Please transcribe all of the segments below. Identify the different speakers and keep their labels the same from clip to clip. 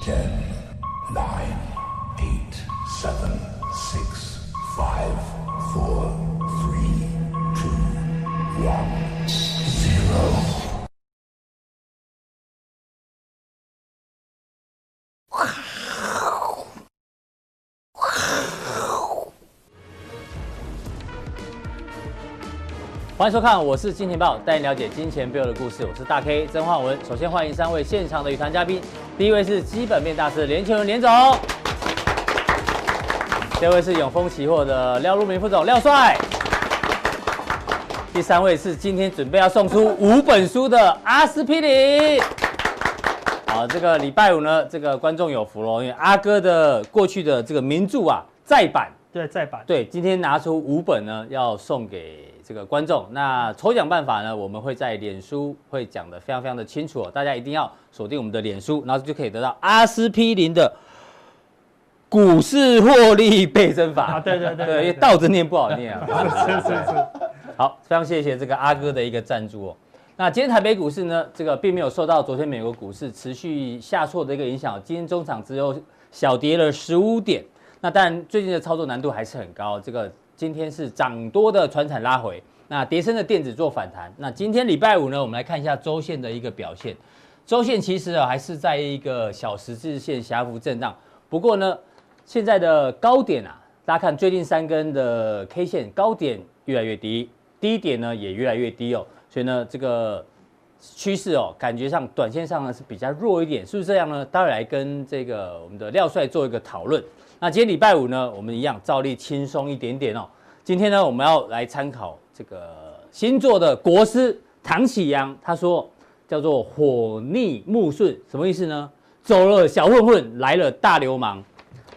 Speaker 1: Ten, nine, eight, seven, six, five, four, three, two, one, zero.
Speaker 2: 欢迎收看，我是金钱豹，带您了解金钱背后的故事。我是大 K 曾焕文。首先欢迎三位现场的语团嘉宾，第一位是基本面大师连前文连总，第二位是永丰期货的廖路明副总廖帅，第三位是今天准备要送出五本书的阿司匹林。好，这个礼拜五呢，这个观众有福喽，因为阿哥的过去的这个名著啊再版
Speaker 3: 对，再版。
Speaker 2: 对，今天拿出五本呢，要送给这个观众。那抽奖办法呢，我们会在脸书会讲的非常非常的清楚、哦，大家一定要锁定我们的脸书，然后就可以得到阿司匹林的股市获利倍增法。
Speaker 3: 啊对对对对
Speaker 2: 因为
Speaker 3: 对
Speaker 2: 倒着念不好念啊。
Speaker 3: 是是是，
Speaker 2: 好，非常谢谢这个阿哥的一个赞助哦。那今天台北股市呢，这个并没有受到昨天美国股市持续下挫的一个影响，哦今天中场只有小跌了十五点。那当然，最近的操作难度还是很高。哦这个今天是涨多的船产拉回，那跌升的电子做反弹。那今天礼拜五呢，我们来看一下周线的一个表现。周线其实啊还是在一个小十字线狭幅震荡，不过呢，现在的高点啊，大家看最近三根的 K 线高点越来越低，低点呢也越来越低哦，所以呢这个趋势哦，感觉上短线上呢是比较弱一点，是不是这样呢？待会来跟这个我们的廖帅做一个讨论。那今天礼拜五呢，我们一样照例轻松一点点哦。今天呢，我们要来参考这个星座的国师唐启阳，他说叫做火逆木顺，什么意思呢？走了小混混，来了大流氓。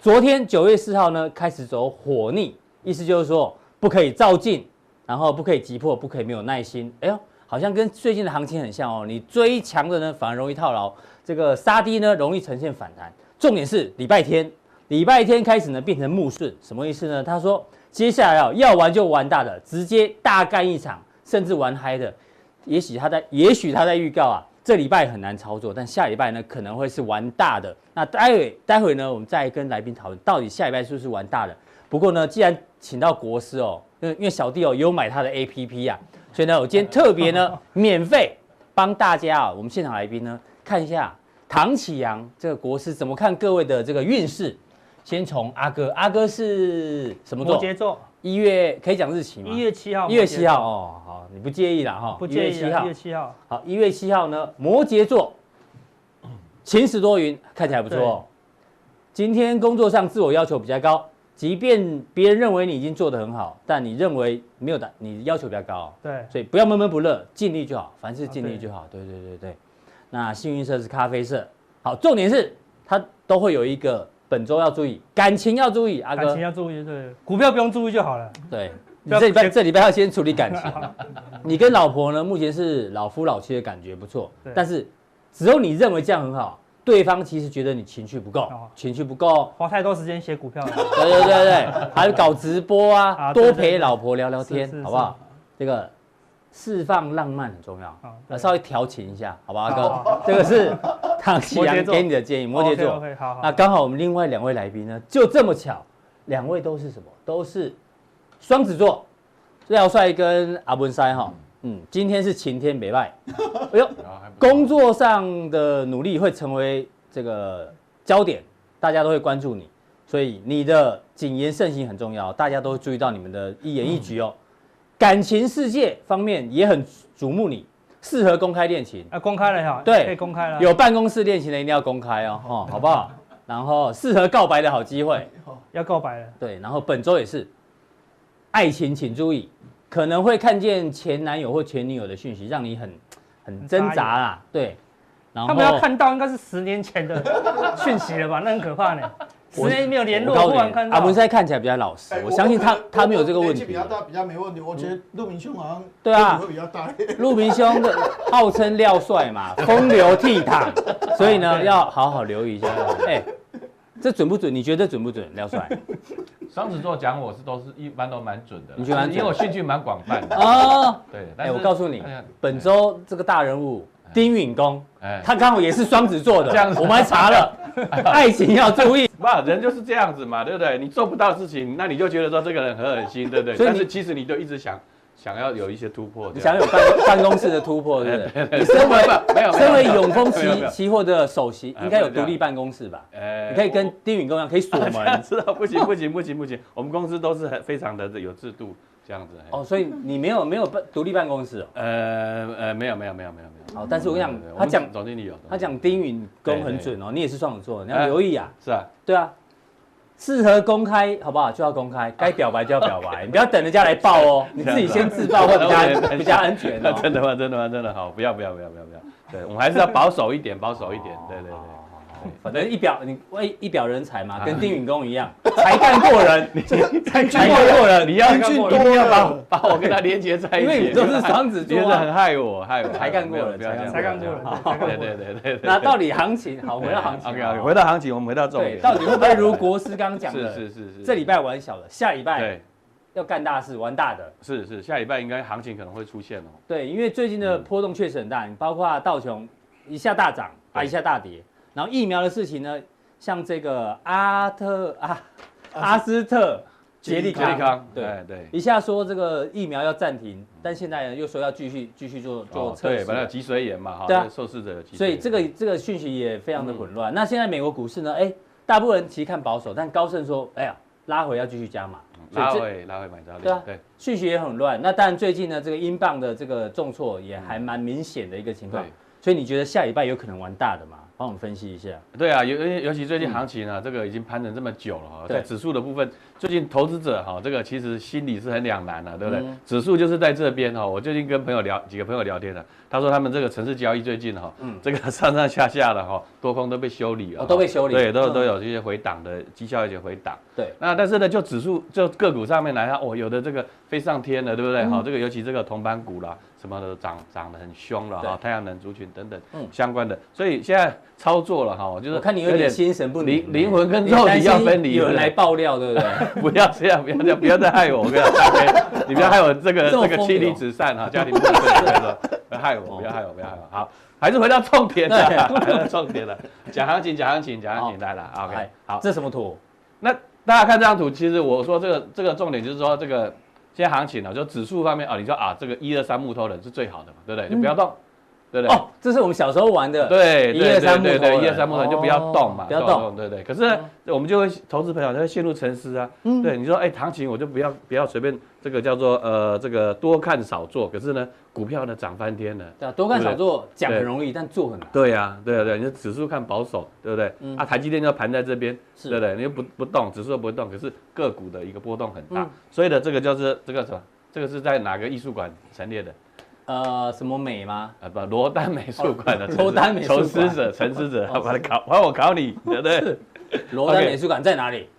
Speaker 2: 昨天九月四号呢，开始走火逆，意思就是说不可以照进，然后不可以急迫，不可以没有耐心。哎呦，好像跟最近的行情很像哦。你追强的呢，反而容易套牢；这个杀低呢，容易呈现反弹。重点是礼拜天，礼拜天开始呢变成木顺，什么意思呢？他说接下来啊、要玩就玩大的，直接大干一场，甚至玩嗨的。也许他在，也许他在预告啊，这礼拜很难操作，但下礼拜呢可能会是玩大的。那待会待会呢，我们再跟来宾讨论到底下礼拜是不是玩大的。不过呢，既然请到国师哦，因为因为小弟哦有买他的 APP 啊，所以呢，我今天特别 呢免费帮大家啊，我们现场来宾呢看一下唐启阳这个国师怎么看各位的这个运势。先从阿哥，阿哥是什么
Speaker 3: 摩
Speaker 2: 座？
Speaker 3: 羯座，
Speaker 2: 一月可以讲日期吗？
Speaker 3: 一月七号，
Speaker 2: 一月
Speaker 3: 摩羯座
Speaker 2: 七号，哦，好，你不介意啦哈？
Speaker 3: 不
Speaker 2: 1
Speaker 3: 介意
Speaker 2: 月7
Speaker 3: 啊，一
Speaker 2: 号
Speaker 3: 月，七号，
Speaker 2: 好，一月七号呢，摩羯座，晴时多云，看起来不错哦。今天工作上自我要求比较高，即便别人认为你已经做得很好，但你认为没有达，你要求比较高哦、
Speaker 3: 对，
Speaker 2: 所以不要闷闷不乐，尽力就好，凡事
Speaker 3: 啊
Speaker 2: 尽力就好。对对对对。那幸运色是咖啡色，好，重点是它都会有一个本周要注意，感情要注意，阿
Speaker 3: 感
Speaker 2: 哥
Speaker 3: 情，要注意，对，股票不用注意就 好了。
Speaker 2: 对。你
Speaker 3: 不要
Speaker 2: 这礼拜这礼拜要先处理感情，你跟老婆呢，目前是老夫老妻的感觉不错
Speaker 3: 对，
Speaker 2: 但是只有你认为这样很好，对方其实觉得你情绪不够
Speaker 3: 哦，
Speaker 2: 情绪不够。
Speaker 3: 花太多时间写股票了，
Speaker 2: 对对对对， 还有搞直播啊，
Speaker 3: 啊
Speaker 2: 多
Speaker 3: 对对
Speaker 2: 陪
Speaker 3: 对
Speaker 2: 老婆聊聊
Speaker 3: 是
Speaker 2: 天，
Speaker 3: 是
Speaker 2: 好不好？这个释放浪漫很重要
Speaker 3: 好，
Speaker 2: 呃
Speaker 3: 对
Speaker 2: 稍微调情一下，好吧，
Speaker 3: 好好
Speaker 2: 阿哥，这个是唐启
Speaker 3: 摩
Speaker 2: 阳
Speaker 3: 羯座
Speaker 2: 给你的建议，摩羯座。
Speaker 3: ，OK，好
Speaker 2: 那
Speaker 3: 好，
Speaker 2: 刚好我们另外两位来宾呢，就这么巧，两位都是什么？都是双子座，廖帅跟阿文塞哈。嗯，今天是晴天北拜。 哎呦，工作上的努力会成为这个焦点，大家都会关注你，所以你的谨言慎行很重要，大家都会注意到你们的一言一举哦。感情世界方面也很瞩目你，适合公开恋情。
Speaker 3: 啊，公开了哈，
Speaker 2: 对
Speaker 3: 可以公开了，
Speaker 2: 有办公室恋情的一定要公开哦，哦，好不好？然后适合告白的好机会，
Speaker 3: 要告白了，
Speaker 2: 对。然后本周也是，爱情请注意，可能会看见前男友或前女友的讯息，让你很很挣扎啦，对。然
Speaker 3: 他们要看到应该是十年前的讯息了吧？那很可怕呢，十
Speaker 2: 我
Speaker 3: 年没有联络，
Speaker 2: 我告诉
Speaker 3: 忽
Speaker 2: 你
Speaker 3: 然看
Speaker 2: 阿
Speaker 3: 到
Speaker 2: 文，塞看起来比较老实
Speaker 4: 哎，
Speaker 2: 我相信他
Speaker 4: 可能
Speaker 2: 他没有这个
Speaker 4: 我
Speaker 2: 问
Speaker 4: 年纪
Speaker 2: 题
Speaker 4: 比。较大，比较没问题。我觉得陆明兄好像
Speaker 2: 对啊
Speaker 4: 跟你会比较大。
Speaker 2: 陆明兄的号称廖帅嘛，风流倜傥， 所以呢
Speaker 3: 对
Speaker 2: 要好好留意一下。哎，这准不准？你觉得准不准？廖 帅？
Speaker 5: 双子座讲我是都是一般都蛮准的啦，
Speaker 2: 你觉得蛮准
Speaker 5: 因为我兴趣蛮广泛的。
Speaker 2: 哦。
Speaker 5: 对，但
Speaker 2: 哎、
Speaker 5: 是
Speaker 2: 我告诉你
Speaker 5: 哎呀，
Speaker 2: 本周这个大人物丁允恭，
Speaker 5: 哎
Speaker 2: 他刚好也是双子座的，
Speaker 5: 这样子
Speaker 2: 我们还查了，爱情要注意。
Speaker 5: 哎哇，人就是这样子嘛，对不对？你做不到事情，那你就觉得说这个人很狠心，对不对？
Speaker 2: 所以你
Speaker 5: 但是其实你就一直想想要有一些突破，
Speaker 2: 你想有办办公室的突破，对不对？
Speaker 5: 你身为 没有，没有
Speaker 2: 身为永丰
Speaker 5: 哎没有没
Speaker 2: 期
Speaker 5: 有
Speaker 2: 期货的首席，
Speaker 5: 哎
Speaker 2: 应该有
Speaker 5: 不能这
Speaker 2: 独
Speaker 5: 样
Speaker 2: 立办公室吧？
Speaker 5: 哎
Speaker 2: 你可以跟
Speaker 5: 我
Speaker 2: 丁允公一样，可以锁
Speaker 5: 这样
Speaker 2: 门
Speaker 5: 知道不行不行不行不行，我们公司都是很非常的有制度这样子。哎嘿
Speaker 2: 哦，所以你没有没有办独立办公室哦。
Speaker 5: 呃呃，没有没有没有没有没有。
Speaker 2: 好，但是我跟你
Speaker 5: 对
Speaker 2: 讲，
Speaker 5: 嗯对对我
Speaker 2: 他
Speaker 5: 们
Speaker 2: 讲
Speaker 5: 总经理有，
Speaker 2: 他讲
Speaker 5: 总经理
Speaker 2: 丁允公
Speaker 5: 对
Speaker 2: 很
Speaker 5: 对
Speaker 2: 准哦，你也是双子座，你要
Speaker 5: 哎
Speaker 2: 留意啊。
Speaker 5: 有是啊，
Speaker 2: 对啊，适合公开好不好？就要公开，该表白就要表 白，你不要等人家来爆哦，你自己先自爆会比
Speaker 5: 啊
Speaker 2: 较比较安全哦。
Speaker 5: 真的吗？真的吗？真的好，不要不要不要不要不要，对我们还是要保守一点，保守一点，对对对。
Speaker 2: 反正一表你喂一表人才
Speaker 5: 啊
Speaker 2: 嘛，跟丁允恭一 样，才干过人， 才干过人，
Speaker 5: 你要
Speaker 4: 一定
Speaker 5: 一
Speaker 4: 多
Speaker 5: 定要把
Speaker 4: 了
Speaker 5: 把我跟他连接在一起，
Speaker 2: 因为你都是双子座啊
Speaker 5: 你真的很害我，害我，
Speaker 2: 才干过了
Speaker 5: 不要这样，
Speaker 3: 才干
Speaker 5: 不要这样
Speaker 3: 过了才干过了
Speaker 5: 对对对对对。
Speaker 2: 那到底行情好，回到行情
Speaker 5: OK OK，回到行情，我们回到重
Speaker 2: 对，
Speaker 5: 点。
Speaker 2: 到底会不会如国师刚讲
Speaker 5: 是
Speaker 2: 的？
Speaker 5: 是是是，
Speaker 2: 这礼拜玩小的，下礼拜
Speaker 5: 对
Speaker 2: 要干大事，玩大的。
Speaker 5: 是是下礼拜应该行情可能会出现哦。
Speaker 2: 对，因为最近
Speaker 5: 嗯
Speaker 2: 的波动确实很大，你包括道琼一下大涨，啊
Speaker 5: 对
Speaker 2: 一下大跌，然后疫苗的事情呢，像这个阿特啊阿斯特杰利
Speaker 5: 杰利康
Speaker 2: 康，，对，
Speaker 5: 哎对。
Speaker 2: 一下说这个疫苗要暂停，但现在呢又说要继续继续做做
Speaker 5: 哦
Speaker 2: 测
Speaker 5: 对，
Speaker 2: 试
Speaker 5: 本来有
Speaker 2: 了，
Speaker 5: 脊髓炎嘛哈，
Speaker 2: 对啊
Speaker 5: 这受试者有脊髓炎，
Speaker 2: 所以这个这个讯息也非常
Speaker 5: 嗯
Speaker 2: 的混乱。那现在美国股市呢，哎，大部分人其实看保守，但高盛说，哎呀拉回要继续加码，所以
Speaker 5: 拉
Speaker 2: 这
Speaker 5: 回拉回买超
Speaker 2: 对啊
Speaker 5: 点，对
Speaker 2: 讯息也很乱。那当然最近呢，这个英镑的这个重挫也还蛮明显的一个情况
Speaker 5: 嗯对。啊
Speaker 2: 所以你觉得下礼拜有可能玩大的吗？帮我们分析一下。
Speaker 5: 对啊，尤尤尤其最近行情啊，这个已经盘整这么久了哈，
Speaker 2: 嗯对
Speaker 5: 在指数的部分，最近投资者哦哈，这个其实心里是很两难的、对不对？
Speaker 2: 嗯
Speaker 5: 指数就是在这边哦哈，我最近跟朋友聊几个朋友聊天啊，他说他们这个城市交易最近哈，这个上上下下的哈，多空都被修理
Speaker 2: 嗯
Speaker 5: 了、
Speaker 2: 哦都被修理
Speaker 5: 对，都
Speaker 2: 嗯
Speaker 5: 都有这些回档的绩效，一些回档。
Speaker 2: 对，
Speaker 5: 那但是呢，就指数就个股上面来看，哦，有的这个飞上天了，对不
Speaker 2: 嗯
Speaker 5: 对？哈、这个尤其这个铜板股啦，什么的涨涨得很凶了哈、
Speaker 2: 对
Speaker 5: 太阳能族群等等、
Speaker 2: 嗯
Speaker 5: 相关的，所以现在操作了哈、就是
Speaker 2: 我看你有点心神不宁，哎
Speaker 5: 灵灵魂跟肉体要分离，
Speaker 2: 有人来
Speaker 5: 对
Speaker 2: 爆料，对不 对？
Speaker 5: 不对，不要这样，不要这样，不 要再害我，我跟你讲，大飞你不要害我这个
Speaker 2: 这么
Speaker 5: 这
Speaker 2: 疯
Speaker 5: 个
Speaker 2: 狂
Speaker 5: 妻离子散哈，家庭不幸，不要说不要害我，不要害我，不要害我，好。还是回到重点了，
Speaker 2: 哦
Speaker 5: 回到重点了，讲行情，讲行情，讲行情，来了，OK，
Speaker 2: 哎
Speaker 5: 好，
Speaker 2: 这什么图？
Speaker 5: 那大家看这张图，其实我说这个这个重点就是说这个现在行情呢，就指数方面啊，你说啊，这个一二三木头人是最好的嘛，对不对？就不要动，对不
Speaker 2: 嗯
Speaker 5: 对？
Speaker 2: 哦，这是我们小时候玩的。
Speaker 5: 对，
Speaker 2: 一
Speaker 5: 对
Speaker 2: 二三木
Speaker 5: 对
Speaker 2: 头
Speaker 5: 对，
Speaker 2: 人
Speaker 5: 一二三木头人就不要动嘛，
Speaker 2: 哦不要动。哦
Speaker 5: 对对。可是呢我们就会投资朋友就会陷入沉思啊，
Speaker 2: 嗯
Speaker 5: 对，你说哎，行情我就不要不要随便这个叫做呃这个多看少做，可是呢股票呢涨翻天了。
Speaker 2: 对啊，多看少做，讲
Speaker 5: 对
Speaker 2: 很容易，但做很难。
Speaker 5: 对呀、对呀、对、啊，你的指数看保守，对不对？
Speaker 2: 嗯
Speaker 5: 啊，台积电就盘在这边，
Speaker 2: 是
Speaker 5: 对不对？你又不不动，指数不动，可是个股的一个波动很大，
Speaker 2: 嗯
Speaker 5: 所以呢，这个就是这个什么？这个是在哪个艺术馆陈列的？
Speaker 2: 呃，什么美吗？
Speaker 5: 啊，不，罗丹美术馆的陈思
Speaker 2: 哦罗丹美术 馆哦
Speaker 5: 仇思者，陈思者，把他考，把我考你，对不对？
Speaker 2: 罗丹
Speaker 5: OK
Speaker 2: 美术馆在哪里？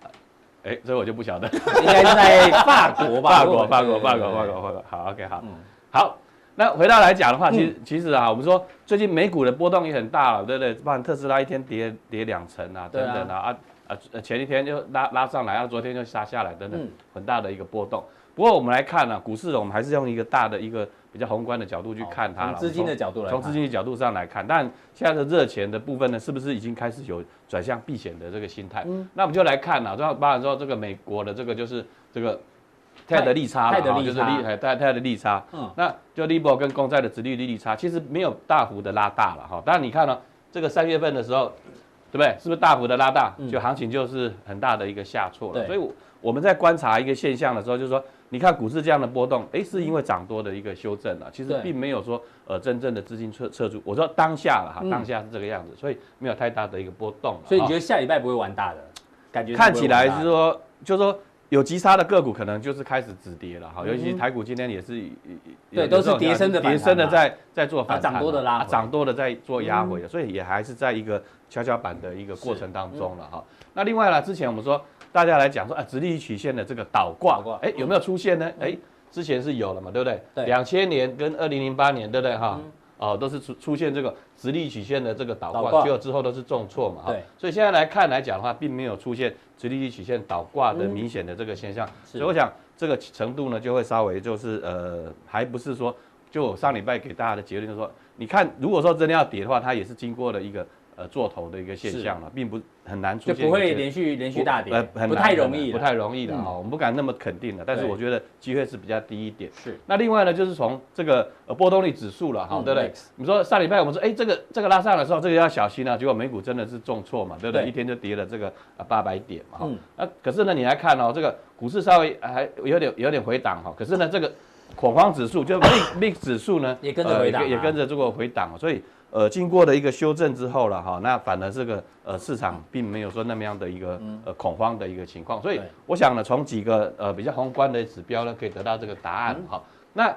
Speaker 5: 哎，所以我就不晓得。
Speaker 2: 应该是在法国吧？
Speaker 5: 法
Speaker 2: 如
Speaker 5: 国，
Speaker 2: 果
Speaker 5: 法国，法国，法国，。法国。好，OK，好，好。
Speaker 2: 嗯
Speaker 5: 那回到来讲的话，其实其实啊，我们说最近美股的波动也很大了，对不对？包含特斯拉一天跌跌两成啊，
Speaker 2: 对
Speaker 5: 等
Speaker 2: 啊
Speaker 5: 等啊啊啊，呃前一天就拉拉上来，啊昨天就杀下来，等等
Speaker 2: 嗯，
Speaker 5: 很大的一个波动。不过我们来看呢，股市我们还是用一个大的一个比较宏观的角度去看它
Speaker 2: 从
Speaker 5: 了，
Speaker 2: 资金的角度来看
Speaker 5: 从资金的角度上来看，但现在的热钱的部分呢，是不是已经开始有转向避险的这个心态？
Speaker 2: 嗯
Speaker 5: 那我们就来看了，就包含说这个美国的这个就是这个
Speaker 2: 泰
Speaker 5: TED 的利差了，
Speaker 2: 泰的
Speaker 5: 哈
Speaker 2: 利
Speaker 5: 就是
Speaker 2: 差
Speaker 5: 利哎泰泰的利差，
Speaker 2: 嗯
Speaker 5: 那就 LIBOR 跟公债的殖利率利差其实没有大幅的拉大了哈。当然你看呢、哦这个三月份的时候，对不对？是不是大幅的拉大？就行情就是很大的一个下挫
Speaker 2: 嗯
Speaker 5: 了。
Speaker 2: 对
Speaker 5: 所以我我们在观察一个现象的时候，就是说，你看股市这样的波动，诶，是因为涨多的一个修正了，啊其实
Speaker 2: 对
Speaker 5: 并没有说呃真正的资金撤撤出。我说当下了哈，当下是这个样子，所以没有太大的一个波动了
Speaker 2: 嗯
Speaker 5: 哈。
Speaker 2: 所以你觉得下礼拜不会玩大的？感觉是不会
Speaker 5: 看起来
Speaker 2: 玩大
Speaker 5: 是
Speaker 2: 的
Speaker 5: 说，就是说有急杀的个股可能就是开始止跌了哈，尤其台股今天也是以以
Speaker 2: 嗯对
Speaker 5: 有
Speaker 2: 都是
Speaker 5: 这种
Speaker 2: 跌升的反弹
Speaker 5: 跌升的
Speaker 2: 嘛
Speaker 5: 在在做反
Speaker 2: 啊涨
Speaker 5: 弹嘛，
Speaker 2: 多的拉
Speaker 5: 啊
Speaker 2: 回嗯
Speaker 5: 涨多的在做压回的，所以也还是在一个跷跷板的一个过程当中了哈。那另外呢，之前我们说大家来讲说啊，直立曲线的这个倒
Speaker 2: 倒
Speaker 5: 挂
Speaker 2: 挂，嗯
Speaker 5: 哎，有没有出现呢？哎，之前是有了嘛，对不
Speaker 2: 对嗯
Speaker 5: 对？两千年跟二零零八年，对不对哈？哦，都是出出现这个直立曲线的这个倒
Speaker 2: 倒
Speaker 5: 挂，
Speaker 2: 挂
Speaker 5: 结果之后都是重挫嘛，哈
Speaker 2: 对
Speaker 5: 所以现在来看来讲的话，并没有出现直立曲线倒挂的明显的这个现象，
Speaker 2: 嗯是
Speaker 5: 所以我想这个程度呢，就会稍微就是呃，还不是说就我上礼拜给大家的结论就是说，你看如果说真的要跌的话，它也是经过了一个呃做头的一个现象了，并不很难出
Speaker 2: 就
Speaker 5: 现一些，
Speaker 2: 不会连续连续大跌
Speaker 5: 呃，很
Speaker 2: 不
Speaker 5: 难
Speaker 2: 太
Speaker 5: 很
Speaker 2: 容
Speaker 5: 难
Speaker 2: 易啦，
Speaker 5: 不太容易的
Speaker 2: 嗯
Speaker 5: 哈，我们不敢那么肯定的，但是
Speaker 2: 对
Speaker 5: 我觉得机会是比较低一点。
Speaker 2: 是
Speaker 5: 那另外呢，就是从这个呃波动率指数了哈，
Speaker 2: 嗯
Speaker 5: 对不对
Speaker 2: VIX？
Speaker 5: 你说上礼拜我们说，哎，这个这个拉上来的时候，这个要小心啊，结果美股真的是重挫嘛，对不对？
Speaker 2: 对
Speaker 5: 一天就跌了这个啊八百点嘛哈
Speaker 2: 嗯。
Speaker 5: 那可是呢，你来看哦，这个股市稍微还有点有点回档哈，可是呢，这个恐慌指数 就 VIX VIX 指数呢
Speaker 2: 也跟着回档啊
Speaker 5: 呃也也跟着这个回档，所以。呃，经过了一个修正之后了哈，那反而这个呃市场并没有说那么样的一个、呃恐慌的一个情况，所
Speaker 2: 嗯
Speaker 5: 以
Speaker 2: 对
Speaker 5: 我想呢，从几个呃比较宏观的指标呢，可以得到这个答案
Speaker 2: 嗯
Speaker 5: 哈、那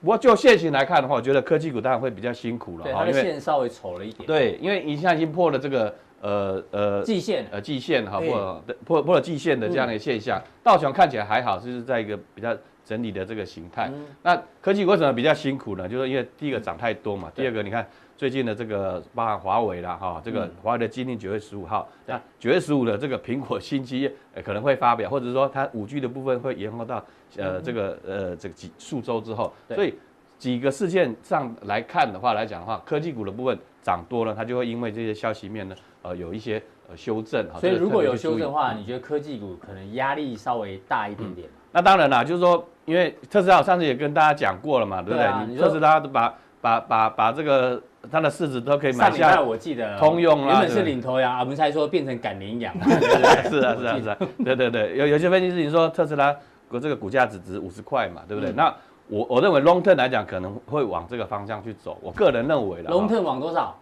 Speaker 5: 不过就现行来看的话，我觉得科技股当然会比较辛苦了
Speaker 2: 对，
Speaker 5: 哈，
Speaker 2: 它
Speaker 5: 因
Speaker 2: 的
Speaker 5: 为
Speaker 2: 线稍微丑了一点，
Speaker 5: 对，因为一下已经破了这个呃呃
Speaker 2: 季线
Speaker 5: 呃季线哈，
Speaker 2: 哎
Speaker 5: 破了破破了季线的这样的一个现象。
Speaker 2: 嗯
Speaker 5: 道琼看起来还好，就是在一个比较整理的这个形态。
Speaker 2: 嗯
Speaker 5: 那科技股为什么比较辛苦呢？就是因为第一个涨太多嘛，第二个你看最近的这个包含华为啦哈，这
Speaker 2: 嗯
Speaker 5: 个华为的今年九月十五号，那九月十五的这个苹果新机呃可能会发表，或者说它五 G 的部分会延后到呃这个呃这个几数周之后，
Speaker 2: 嗯对
Speaker 5: 所以。几个事件上来看的话，来讲的话，科技股的部分涨多了，它就会因为这些消息面呢，呃，有一些呃修正。哈
Speaker 2: 所以
Speaker 5: 这个
Speaker 2: 如果
Speaker 5: 特别
Speaker 2: 有
Speaker 5: 去
Speaker 2: 修
Speaker 5: 注意嗯
Speaker 2: 正的话，你觉得科技股可能压力稍微大一点点？
Speaker 5: 那当然啦，就是说，因为特斯拉我上次也跟大家讲过了嘛，对不
Speaker 2: 对
Speaker 5: 对？
Speaker 2: 啊你
Speaker 5: 你
Speaker 2: 说
Speaker 5: 特斯拉都把把把把这个它的市值都可以买
Speaker 2: 上礼拜
Speaker 5: 下，
Speaker 2: 我记得
Speaker 5: 通用
Speaker 2: 原
Speaker 5: 啦
Speaker 2: 本是
Speaker 5: 对
Speaker 2: 领头羊，我们才说变成赶羚 羊嘛，
Speaker 5: 是啊是啊是啊，对对对，有有些分析师你说特斯拉股这个股价只值五十块嘛，对不对？
Speaker 2: 嗯
Speaker 5: 那我我认为 long term 来讲可能会往这个方向去走，我个人认为啦，
Speaker 2: 龙
Speaker 5: 哈
Speaker 2: 腾网多少？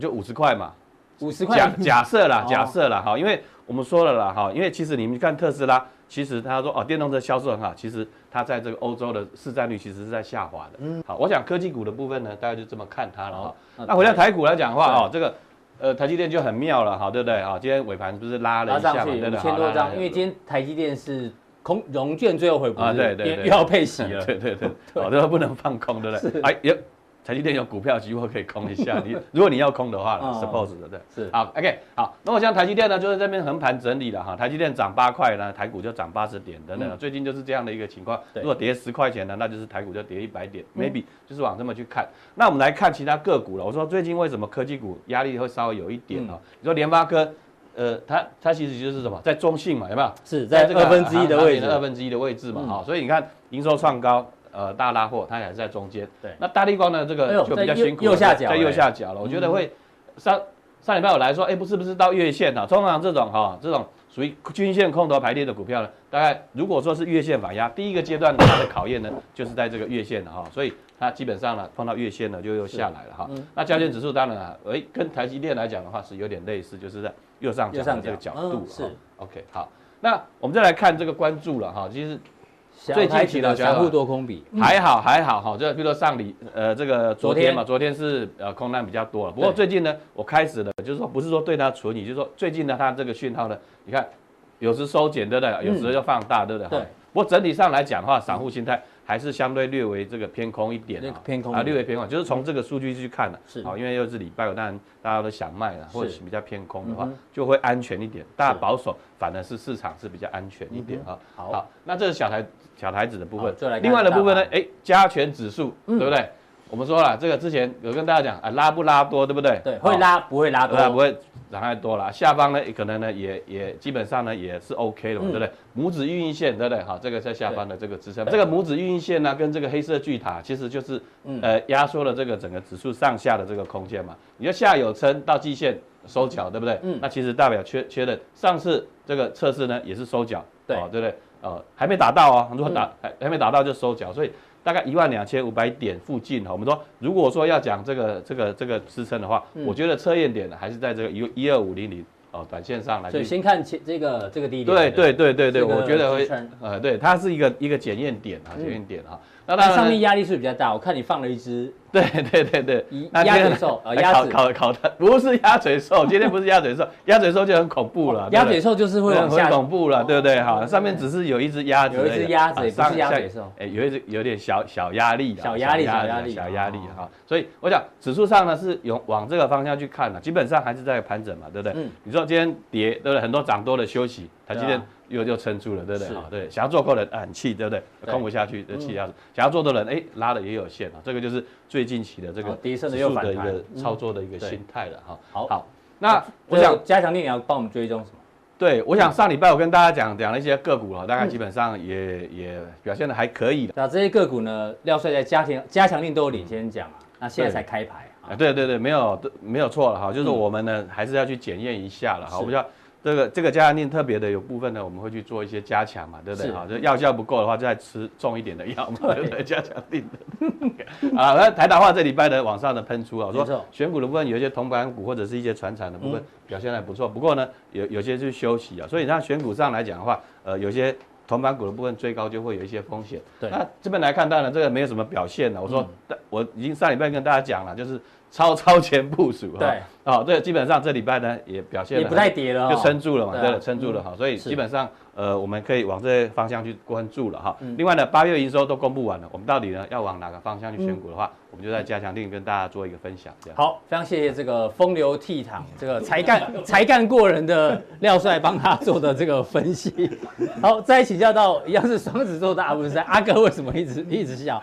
Speaker 5: 就五十块嘛，
Speaker 2: 五十
Speaker 5: 假
Speaker 2: 块，
Speaker 5: 假设啦
Speaker 2: 哦，
Speaker 5: 假设啦，哈，因为我们说了啦，哈，因为其实你们看特斯拉，其实他说哦，电动车销售很好，其实它在这个欧洲的市占率其实是在下滑的。嗯，好，我想科技股的部分呢，大概就这么看它了哈。
Speaker 2: 嗯
Speaker 5: 那回到台股来讲的
Speaker 2: 啊
Speaker 5: 话，哦，这个呃台积电就很妙了，哈，对不对？哈，今天尾盘不是拉了
Speaker 2: 拉
Speaker 5: 一下
Speaker 2: 上
Speaker 5: 嘛，
Speaker 2: 去
Speaker 5: 对不
Speaker 2: 五
Speaker 5: 对？
Speaker 2: 千
Speaker 5: 好
Speaker 2: 多
Speaker 5: 拉
Speaker 2: 张，
Speaker 5: 了
Speaker 2: 因为今天台积电是空融券最后回补
Speaker 5: 啊
Speaker 2: 日
Speaker 5: 对对
Speaker 2: 因为
Speaker 5: 对
Speaker 2: 又要配息了，
Speaker 5: 对 对对，好的不能放空，对不对？哎，有台积电有股票期货可以空一下，你 如果你要空的话啦
Speaker 2: 嗯
Speaker 5: ，suppose 的对。
Speaker 2: 是
Speaker 5: 好，OK，好，那我像台积电呢，就是这边横盘整理了哈，台积电涨八块呢，台股就涨八十点等等，最近就是这样的一个情况。
Speaker 2: 嗯对嗯
Speaker 5: 如果跌十块钱呢，那就是台股就跌一百点，maybe 就是往这么去看。那我们来看其他个股了，我说最近为什么科技股压力会稍微有一点
Speaker 2: 嗯
Speaker 5: 啊？你说联发科。呃，它它其实就是什么，在中性嘛，有没有？
Speaker 2: 是在
Speaker 5: 这个
Speaker 2: 二分之一的位置嗯
Speaker 5: 行行情二分之一的位置嘛，哈、所以你看营收创高，呃，大拉货，它还是在中间。
Speaker 2: 对
Speaker 5: 那大力光呢，这
Speaker 2: 哎
Speaker 5: 个
Speaker 2: 呦
Speaker 5: 就比
Speaker 2: 在
Speaker 5: 较
Speaker 2: 右
Speaker 5: 辛苦了，
Speaker 2: 右下角
Speaker 5: 在
Speaker 2: 哎嗯
Speaker 5: 右下角了，我觉得会上上礼拜我来说，哎，不是不是到月线啊，通常这种哈、这种属于均线空头排列的股票呢，大概如果说是月线反压，第一个阶段它的考验呢，就是在这个月线了哈、所以它基本上呢碰到月线呢就又下来了哈、
Speaker 2: 嗯
Speaker 5: 那交件指数当然啊，哎，跟台积电来讲的话是有点类似，就是在右上角
Speaker 2: 右上
Speaker 5: 的
Speaker 2: 角
Speaker 5: 这个角度了
Speaker 2: 嗯是
Speaker 5: 哈 OK 好。那我们再来看这个关注了哈，其实
Speaker 2: 小
Speaker 5: 最近
Speaker 2: 台
Speaker 5: 期
Speaker 2: 指
Speaker 5: 的
Speaker 2: 的
Speaker 5: 小
Speaker 2: 小
Speaker 5: 户
Speaker 2: 户多空比，
Speaker 5: 还好还好哈，就比如说上礼呃这个昨
Speaker 2: 昨
Speaker 5: 天
Speaker 2: 天
Speaker 5: 嘛，昨天是呃空单比较多了，不过
Speaker 2: 对
Speaker 5: 最近呢，我开始了，就是说不是说对它存疑，就是说最近呢它这个讯号呢，你看有时收减对不对？有时要放大对不对？
Speaker 2: 对
Speaker 5: 哈不过整体上来讲的话，散户心态还是相对略微这个偏空一点
Speaker 2: 略
Speaker 5: 啊，
Speaker 2: 偏空一
Speaker 5: 啊，
Speaker 2: 点
Speaker 5: 略微偏空，就是从这个数据去看
Speaker 2: 嗯
Speaker 5: 的，啊
Speaker 2: 是
Speaker 5: 好，因为又是礼拜五，当然大家都想卖了，
Speaker 2: 是
Speaker 5: 或者是比较偏空的话
Speaker 2: 嗯哼，
Speaker 5: 就会安全一点，大家
Speaker 2: 是嗯
Speaker 5: 保守，反而是市场是比较安全一点哈。
Speaker 2: 好
Speaker 5: 好，那这是小台小台子的部分
Speaker 2: 好再来，看
Speaker 5: 另外的部分
Speaker 2: 大
Speaker 5: 呢
Speaker 2: 盘，嗯
Speaker 5: 哎，加权指数，对不对？我们说了，这个之前有跟大家讲啊，拉不拉多，对不对？
Speaker 2: 对，
Speaker 5: 好
Speaker 2: 会拉不会拉多
Speaker 5: 对，啊，不会涨太多了。啊下方呢，可能呢也也基本上呢也是 OK 的嘛，
Speaker 2: 嗯
Speaker 5: 对不对？拇指孕育线，对不对？好，这个在下方的这个支撑，这个拇指孕育线呢，跟这个黑色巨塔其实就是
Speaker 2: 嗯
Speaker 5: 呃压缩了这个整个指数上下的这个空间嘛。你要下有撑到季线收脚，对不对？
Speaker 2: 嗯
Speaker 5: 那其实代表确确认上次这个测试呢也是收脚，
Speaker 2: 对嗯
Speaker 5: 哦对不对？呃，还没达到哦，如果打还还没达到就收脚，所以大概一万两千五百点附近哈。哦我们说，如果说要讲这个这个这个支撑的话，
Speaker 2: 嗯
Speaker 5: 我觉得测验点呢还是在这个一一二五零零哦，短线上来
Speaker 2: 所以
Speaker 5: 去
Speaker 2: 先看前这个这个低点，
Speaker 5: 对对对对对，
Speaker 2: 这个
Speaker 5: 我觉得
Speaker 2: 支
Speaker 5: 会
Speaker 2: 撑嗯
Speaker 5: 呃，对，它是一个一个检验点啊，检验点哈。那当
Speaker 2: 那
Speaker 5: 然
Speaker 2: 上面压力是比较大，我看你放了一只
Speaker 5: 对对对对
Speaker 2: 一，
Speaker 5: 那今天哎
Speaker 2: 鸭嘴 兽呃
Speaker 5: 还
Speaker 2: 鸭
Speaker 5: 考
Speaker 2: 子
Speaker 5: 考考的不是鸭嘴兽，今天不是鸭嘴兽，鸭嘴兽就很恐怖 了，对
Speaker 2: 哦鸭
Speaker 5: 不对
Speaker 2: 嘴兽，就是会
Speaker 5: 对
Speaker 2: 往下哦
Speaker 5: 很恐怖了，对不对？哈，上面只是有一只鸭子而已，
Speaker 2: 有一只鸭子
Speaker 5: 啊
Speaker 2: 也不是
Speaker 5: 上
Speaker 2: 鸭
Speaker 5: 下
Speaker 2: 嘴兽
Speaker 5: 哎，有一只有点小小压力啊，
Speaker 2: 小压力小
Speaker 5: 啊
Speaker 2: 压力
Speaker 5: 小压力
Speaker 2: 哦
Speaker 5: 哈。所以我想指数上呢是有往这个方向去看的，基本上还是在盘整嘛，对不对
Speaker 2: 嗯？
Speaker 5: 你说今天跌，对不对？很多涨多的休息，它
Speaker 2: 对啊
Speaker 5: 今天又又撑住了，对不对？
Speaker 2: 是
Speaker 5: 啊，对，想要做空的啊很气，对不对？
Speaker 2: 对嗯
Speaker 5: 空不下去的气压，想要做的人哎拉的也有限啊，这个就是最近期的这个
Speaker 2: 哦跌升的
Speaker 5: 指数
Speaker 2: 又反
Speaker 5: 的一
Speaker 2: 弹嗯
Speaker 5: 个操作的一个
Speaker 2: 对
Speaker 5: 心态了哈。
Speaker 2: 好呃
Speaker 5: 好，那我想
Speaker 2: 加强力你要帮我们追踪什么？
Speaker 5: 对，我
Speaker 2: 嗯
Speaker 5: 想上礼拜我跟大家讲讲了一些个股啊，大概基本上也、也表现的还可以的。
Speaker 2: 那这些个股呢，廖帅在加强加强令都有领先讲啊，那现在才开牌
Speaker 5: 啊，
Speaker 2: 啊，
Speaker 5: 对对对，没有没有错了哈，就是我们呢、还是要去检验一下了哈。
Speaker 2: 嗯是
Speaker 5: 我们要这个这个加强令特别的有部分呢，我们会去做一些加强嘛，对不对？
Speaker 2: 是
Speaker 5: 哈，就药效不够的话，就再吃重一点的药嘛，对不对？加强令 的啊，那台达化这礼拜呢往上的喷出啊，我
Speaker 2: 没错
Speaker 5: 说选股的部分有一些铜板股或者是一些船产的部分、
Speaker 2: 嗯
Speaker 5: 表现的不错，不过呢有有些是休息啊，所以它选股上来讲的话，呃，有些。铜板股的部分追高就会有一些风险。
Speaker 2: 对嗯
Speaker 5: 那这边来看，当然这个没有什么表现啊了。我说，但我已经上礼拜跟大家讲了，就是超超前部署。哈
Speaker 2: 对，
Speaker 5: 哦，对，基本上这礼拜呢也表现
Speaker 2: 也
Speaker 5: 得
Speaker 2: 不
Speaker 5: 很
Speaker 2: 太跌了哦，
Speaker 5: 就撑住了嘛，
Speaker 2: 对啊
Speaker 5: 对了，撑住了哈，所以
Speaker 2: 是
Speaker 5: 基本上呃，我们可以往这方向去关注了哈。
Speaker 2: 嗯
Speaker 5: 另外呢，八月营收都公布完了，我们到底呢要往哪个方向
Speaker 2: 嗯
Speaker 5: 去选股的话，我们就在加强令跟大家做一个分享，这样。
Speaker 2: 好，非常谢谢这个风流倜傥、这个才干 才干过人的廖帅帮他做的这个分析。好，再请教到一样是双子座的阿文山，阿哥为什么一直一直笑？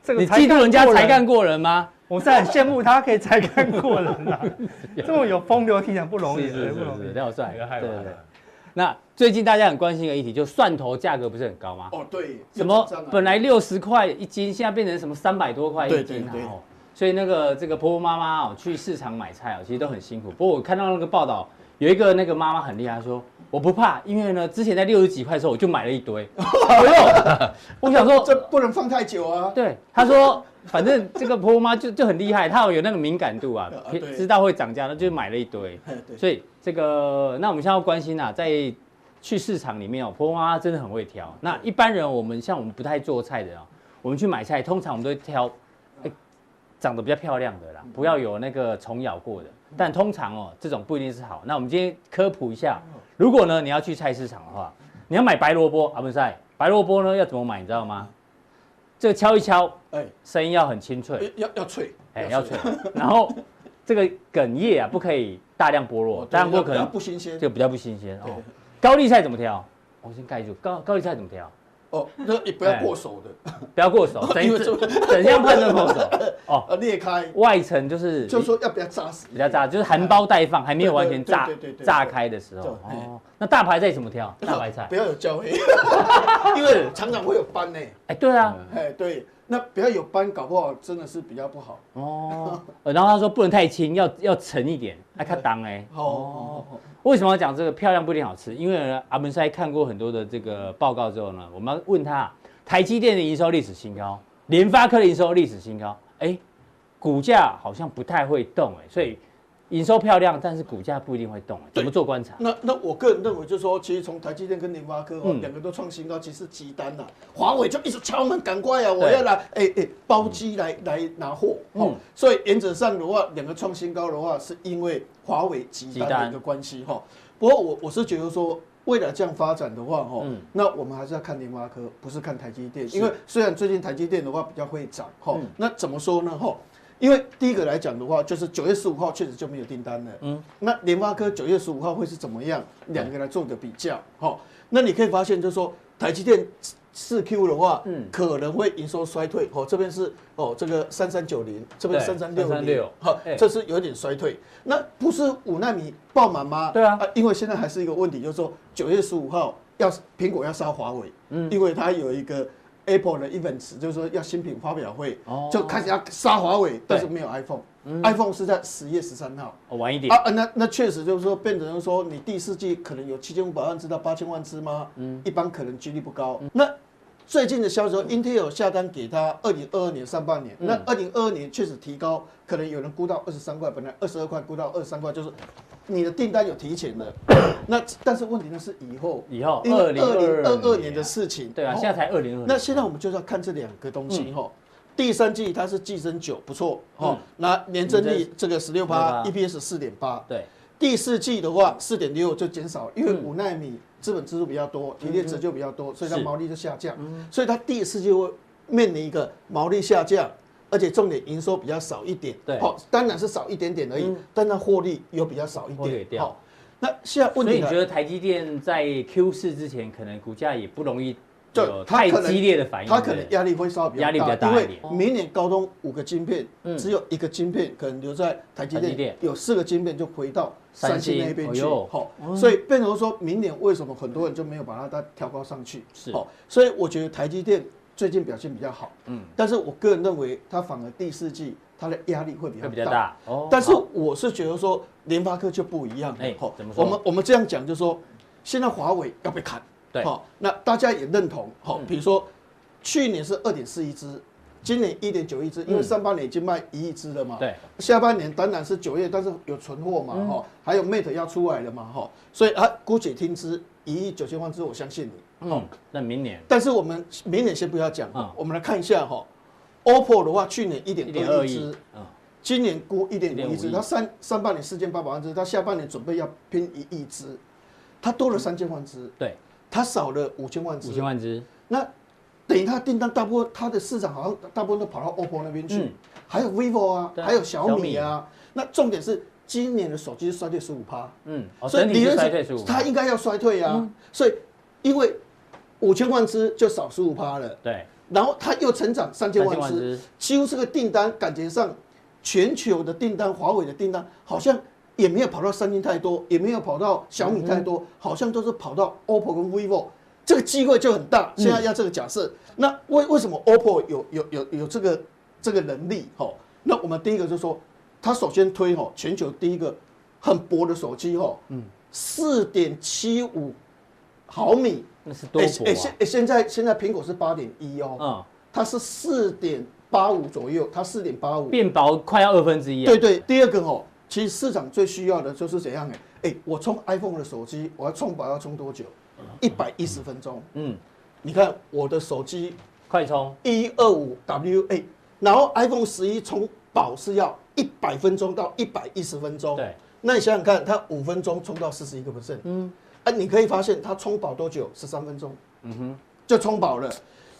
Speaker 3: 这
Speaker 2: 你
Speaker 3: 才
Speaker 2: 嫉妒人家
Speaker 3: 过
Speaker 2: 才干过人吗？
Speaker 3: 我是很羡慕他可以才干过人啊， 这么有风流倜傥不容易，
Speaker 2: 是是
Speaker 3: 不容
Speaker 2: 是，
Speaker 3: 易。
Speaker 2: 廖帅，
Speaker 6: 哪个害
Speaker 2: 对
Speaker 6: 我
Speaker 2: 对对。那最近大家很关心一个议题，就蒜头价格不是很高吗？
Speaker 4: 哦，对，
Speaker 2: 什么
Speaker 4: 又涨上来
Speaker 2: 本来六十块一斤，现在变成什么三百多块一
Speaker 4: 对
Speaker 2: 斤啊
Speaker 4: 对对
Speaker 2: 哦。所以那个这个婆婆妈妈哦，去市场买菜哦，其实都很辛苦。不过我看到那个报道，有一个那个妈妈很厉害，她说我不怕，因为呢之前在六十几块的时候我就买了一 堆。哎呦，我想说，
Speaker 4: 这不能放太久啊。
Speaker 2: 对，她说反正这个婆婆妈就就很厉害，她有有那个敏感度啊
Speaker 4: 啊，
Speaker 2: 可以
Speaker 4: 对
Speaker 2: 知道会涨价，那就买了一堆。
Speaker 4: 哎对，
Speaker 2: 所以这个，那我们现在要关心啊，在去市场里面哦，婆婆妈妈真的很会挑。那一般人，我们像我们不太做菜的啊，我们去买菜，通常我们都会挑，哎，长得比较漂亮的啦，
Speaker 4: 嗯
Speaker 2: 不要有那个虫咬过的。但通常哦，这种不一定是好。那我们今天科普一下，如果呢你要去菜市场的话，你要买白萝卜啊，不是白萝卜呢要怎么买，你知道吗？这个敲一敲，
Speaker 4: 哎，
Speaker 2: 声音要很清脆，
Speaker 4: 要要脆，
Speaker 2: 哎，要脆。然后这个梗叶啊，不可以大量剥 落，
Speaker 4: 哦，
Speaker 2: 大
Speaker 4: 当
Speaker 2: 量
Speaker 4: 然
Speaker 2: 剥落可能
Speaker 4: 不新鲜。
Speaker 2: 就比较不新鲜
Speaker 4: 对
Speaker 2: 哦。高丽菜怎么挑？我先盖住。高高丽菜怎么挑？
Speaker 4: 哦，那也不
Speaker 2: 哎
Speaker 4: 要过手的，
Speaker 2: 不要过熟，等
Speaker 4: 哦因为这
Speaker 2: 等一下判断过熟哦。
Speaker 4: 呃，裂开，
Speaker 2: 外层就是
Speaker 4: 就是说要不要扎死？
Speaker 2: 比较炸，就是含苞待放，还没有完全炸
Speaker 4: 对对对对对
Speaker 2: 炸开的时候
Speaker 4: 对
Speaker 2: 哦。那大白菜怎么挑？大白 菜
Speaker 4: 哦不，要有焦 黑，因为常常会有斑呢。
Speaker 2: 哎，对啊，
Speaker 4: 哎，对，那不要有斑，搞不好真的是比较不好。
Speaker 2: 哦。呃然后他说不能太轻，要要沉一点，哎，看当哎。
Speaker 4: 哦，
Speaker 2: 为什么要讲这个漂亮不一定好吃？因为呢，阿文塞看过很多的这个报告之后呢，我们要问他，台积电的营收历史新高，联发科的营收历史新高，哎，股价好像不太会动哎，所以营收漂亮，但是股价不一定会动哎，怎么做观察？
Speaker 4: 那那我个人认为，就是说，其实从台积电跟联发科哦
Speaker 2: 嗯
Speaker 4: 两个都创新高，其实急单呐、华为就一直敲门，赶快啊，我要来，哎哎、包机来、来拿货。哦
Speaker 2: 嗯，
Speaker 4: 所以原则上的话，两个创新高的话，是因为华为急
Speaker 2: 急
Speaker 4: 单
Speaker 2: 单
Speaker 4: 的一个关系哈、哦。不过我我是觉得说。未来这样发展的话，哈、
Speaker 2: 嗯
Speaker 4: 那我们还是要看联发科，不是看台积电，因为虽然最近台积电的话比较会涨，哈、
Speaker 2: 嗯
Speaker 4: 那怎么说呢，哈、因为第一个来讲的话，就是九月十五号确实就没有订单了。
Speaker 2: 嗯
Speaker 4: 嗯，那联发科九月十五号会是怎么样？两个来做个比较，好、那你可以发现，就是说台积电四 Q 的话，
Speaker 2: 嗯
Speaker 4: 嗯，可能会营收衰退。哦，这边是哦，这个三三九零，这边
Speaker 2: 对
Speaker 4: 三三六
Speaker 2: 3360
Speaker 4: 零，好
Speaker 2: 哎，
Speaker 4: 这是有点衰退。那不是五纳米爆满吗？
Speaker 2: 对啊
Speaker 4: 因为现在还是一个问题，就是说九月十五号要苹果要杀华为，嗯，因为它有一个 Apple 的 events，就是说要新品发表会，
Speaker 2: 哦
Speaker 4: 就开始要杀华为，但是没有 iPhone。iPhone 是在十月十三号
Speaker 2: 哦晚一点
Speaker 4: 啊，啊，那那确实就是说，变成说你第四季可能有七千五百万只到八千万只吗？嗯，一般可能几率不高。那最近的消息说，Intel 下单给他二零二二年上半年，那二零二二年确实提高，可能有人估到二十三块，本来二十二块估到二十三块，就是你的订单有提前的。 那但是问题呢是以后，
Speaker 2: 以后
Speaker 4: 因为二零二
Speaker 2: 2022
Speaker 4: 二年的事情，
Speaker 2: 对啊，嗯
Speaker 4: 哦
Speaker 2: 现在才二零二，
Speaker 4: 那现在我们就是要看这两个东西哈。第三季它是季增九，不错
Speaker 2: 嗯
Speaker 4: 哈。那年增率这个十六趴
Speaker 2: 16%
Speaker 4: ，EPS 四点八。
Speaker 2: 对
Speaker 4: 第四季的话，四点六就减少，因为五纳米资本支出比较多，提列值就比较多，所以它
Speaker 2: 嗯是嗯
Speaker 4: 毛利就下降。所以它第四季会面临一个毛利下降，而且重点营收比较少一点。
Speaker 2: 对嗯
Speaker 4: 好，当然是少一点点而已，但它获利有比较少一
Speaker 2: 获利也
Speaker 4: 点。
Speaker 2: 掉
Speaker 4: 好，那现在问
Speaker 2: 所以
Speaker 4: 题
Speaker 2: 你
Speaker 4: 呢
Speaker 2: 觉？得台积电在 Q 四之前，可能股价也不容易
Speaker 4: 对
Speaker 2: 有
Speaker 4: 它
Speaker 2: 太
Speaker 4: 可能
Speaker 2: 激烈的反应，
Speaker 4: 它
Speaker 2: 对
Speaker 4: 可
Speaker 2: 不对
Speaker 4: 能压力会稍微比较
Speaker 2: 压力比较大
Speaker 4: 因
Speaker 2: 一
Speaker 4: 为
Speaker 2: 点哦
Speaker 4: 明年高通五个晶片
Speaker 2: 嗯，
Speaker 4: 只有一个晶片可能留在台积
Speaker 2: 台积电
Speaker 4: 电，有四个晶片就回到
Speaker 2: 三
Speaker 4: 三星
Speaker 2: 星
Speaker 4: 那边去。
Speaker 2: 哎呦
Speaker 4: 好，所以变成说明年为什么很多人就没有把它再调高上去？
Speaker 2: 是
Speaker 4: 好，所以我觉得台积电最近表现比较好，嗯，但是我个人认为它反而第四季它的压力会比较
Speaker 2: 会比较。大哦。
Speaker 4: 但是
Speaker 2: 好
Speaker 4: 我是觉得说联发科就不一样了
Speaker 2: 哎，
Speaker 4: 齁
Speaker 2: 怎么说
Speaker 4: 我们我们这样讲就是说，现在华为要被砍，
Speaker 2: 对嗯
Speaker 4: 齁，那大家也认同，好，比如说去年是二点四亿只，今年一点九亿只，因为上半年已经卖一亿只了嘛，
Speaker 2: 嗯对，嗯
Speaker 4: 下半年当然是九月，但是有存货嘛，哈，还有 Mate 要出来了嘛，哈，所以啊，姑且听之，一亿九千万只，我相信你。
Speaker 2: 嗯，那明年
Speaker 4: 但是我们明年先不要讲
Speaker 2: 嗯，
Speaker 4: 我们来看一下哈，OPPO 的话，去年一
Speaker 2: 一点
Speaker 4: 点
Speaker 2: 二
Speaker 4: 二
Speaker 2: 亿
Speaker 4: 亿只，，
Speaker 2: 嗯，
Speaker 4: 今年估一点五
Speaker 2: 1.5
Speaker 4: 亿只，
Speaker 2: 亿
Speaker 4: 它上上半年四千八百万只，它下半年准备要拼一亿只，它多了三千万只，
Speaker 2: 嗯对，
Speaker 4: 它少了五千万只
Speaker 2: 嗯五，千万只，
Speaker 4: 那等于它订单大部分它的市场好像大部分都跑到 OPPO 那边去，
Speaker 2: 嗯
Speaker 4: 还有 vivo 啊，
Speaker 2: 对啊
Speaker 4: 还有小米啊，那重点是今年的手机衰退十五趴，
Speaker 2: 嗯，哦，整体
Speaker 4: 理
Speaker 2: 是
Speaker 4: 论
Speaker 2: 衰
Speaker 4: 上
Speaker 2: 退十五，嗯
Speaker 4: 它应该要衰退啊，所以因为五千万只就少十五趴了。
Speaker 2: 对
Speaker 4: 然后它又成长三千万
Speaker 2: 3000万只
Speaker 4: 只，几乎这个订单感觉上，全球的订单，华为的订单好像也没有跑到三星太多，也没有跑到小米太
Speaker 2: 嗯
Speaker 4: 多，好像都是跑到 OPPO 跟 vivo，这个机会就很大。现在要这个假
Speaker 2: 嗯
Speaker 4: 设，那为为什么 OPPO 有有有有这个这个能力？吼，那我们第一个就说，它首先推吼全球第一个很薄的手机吼，嗯，四点七五毫米。
Speaker 2: 那是多
Speaker 4: 哎哎，现
Speaker 2: 薄
Speaker 4: 哎现在现在苹果是八点一哦，
Speaker 2: 啊，
Speaker 4: 它是四点八五左右，它四点八五
Speaker 2: 嗯，。变薄快要二分之一啊，
Speaker 4: 对对，第二个哦，其实市场最需要的就是怎样哎、哎、我充 iPhone 的手机，我要充饱要充多久？一百一十分钟。
Speaker 2: 嗯，
Speaker 4: 你看我的手机
Speaker 2: 快充，
Speaker 4: 一二五 W 哎，然后 iPhone 十一充饱是要一百分钟到一百一十分钟。
Speaker 2: 对，
Speaker 4: 那你想想看，它五分钟充到四十一个 percent，嗯，啊，你可以发现它充饱多久？十三分钟，嗯哼，就充饱了。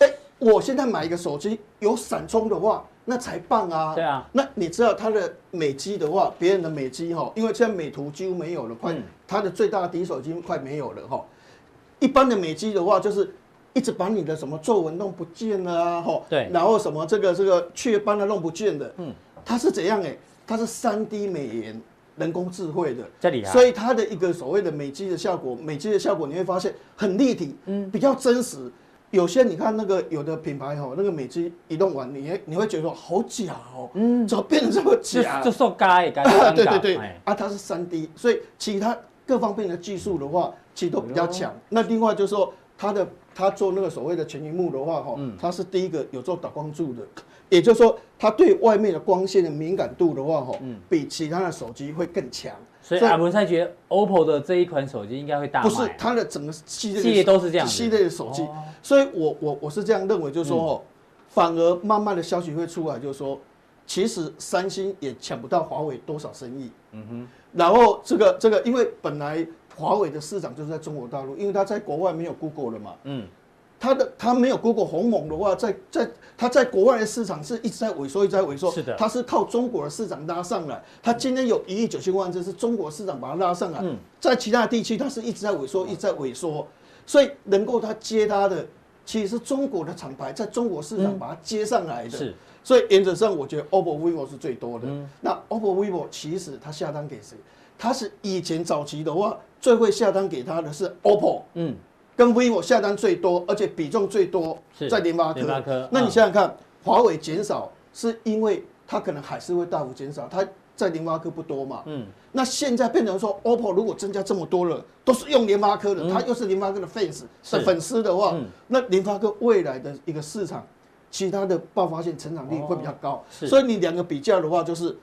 Speaker 4: 哎、我现在买一个手机有闪充的话，那才棒啊。
Speaker 2: 对啊
Speaker 4: 那你知道它的美机的话，别人的美机哈，因为现在美图几乎没有了，快、
Speaker 2: 嗯
Speaker 4: 它的最大的敌手已经快没有了哈。一般的美肌的话，就是一直把你的什么皱纹弄不见了啊，吼，
Speaker 2: 对
Speaker 4: 然后什么这个这个雀斑啊弄不见的，嗯，它是怎样哎、它是三 D 美颜。人工智慧的，
Speaker 2: 这里啊
Speaker 4: 所以它的一个所谓的美肌的效果，美肌的效果你会发现很立体，嗯，比较真实。有些你看那个有的品牌吼，那个美肌移动完，你会你会觉得说好假哦，嗯，怎么变得这么
Speaker 2: 就
Speaker 4: 假？
Speaker 2: 就受该该
Speaker 4: 啊 对对对
Speaker 2: 哎，
Speaker 4: 啊，它是三 D，所以其他各方面的技术的话，其实都比较
Speaker 2: 哎
Speaker 4: 强。那另外就是说，它的它做那个所谓的全荧幕的话，哈，
Speaker 2: 嗯
Speaker 4: 它是第一个有做导光柱的，也就是说，它对外面的光线的敏感度的话，哈，
Speaker 2: 嗯
Speaker 4: 比其他的手机会更强。
Speaker 2: 所以阿文才觉得 OPPO 的这一款手机应该会大卖
Speaker 4: 不
Speaker 2: 啊，
Speaker 4: 是它的整个系列
Speaker 2: 系列都是这样子哦嗯
Speaker 4: 系列的手机，所以我我我是这样认为，就是说哦，反而慢慢的消息会出来，就是说，其实三星也抢不到华为多少生意，嗯哼，然后这个这个，因为本来华为的市场就是在中国大陆，因为它在国外没有 Google 了嘛，
Speaker 2: 嗯
Speaker 4: 嗯。它的它没有 Google 鸿蒙的话，在在它在国外的市场是一直在萎缩，一直在萎缩。
Speaker 2: 是的
Speaker 4: 它是靠中国的市场拉上来。它今天有一亿九千万只，是中国市场把它拉上来。
Speaker 2: 嗯
Speaker 4: 在其他地区，它是一直在萎缩，一直在萎缩。所以能够它接它的，其实是中国的厂牌在中国市场把它接上来
Speaker 2: 嗯
Speaker 4: 的。
Speaker 2: 是，
Speaker 4: 所以原则上，我觉得 OPPO、vivo 是最多的。
Speaker 2: 嗯
Speaker 4: 那 OPPO、vivo 其实它下单给谁？它是以前早期的话，最会下单给它的是 OPPO。
Speaker 2: 嗯，
Speaker 4: 跟 vivo 下单最多，而且比重最多
Speaker 2: 是
Speaker 4: 在联发科。
Speaker 2: 联发科
Speaker 4: 那
Speaker 2: 嗯
Speaker 4: 你想想看，华为减少是因为它可能还是会大幅减少，它在联发科不多嘛。
Speaker 2: 嗯，
Speaker 4: 那现在变成说，OPPO 如果增加这么多了，都是用联发科的，它又是联发科的 fans
Speaker 2: 嗯是
Speaker 4: 的粉丝的话，
Speaker 2: 嗯
Speaker 4: 那联发科未来的一个市场，其他的爆发性成长率会比较高。
Speaker 2: 哦是
Speaker 4: 所以你两个比较的话，就是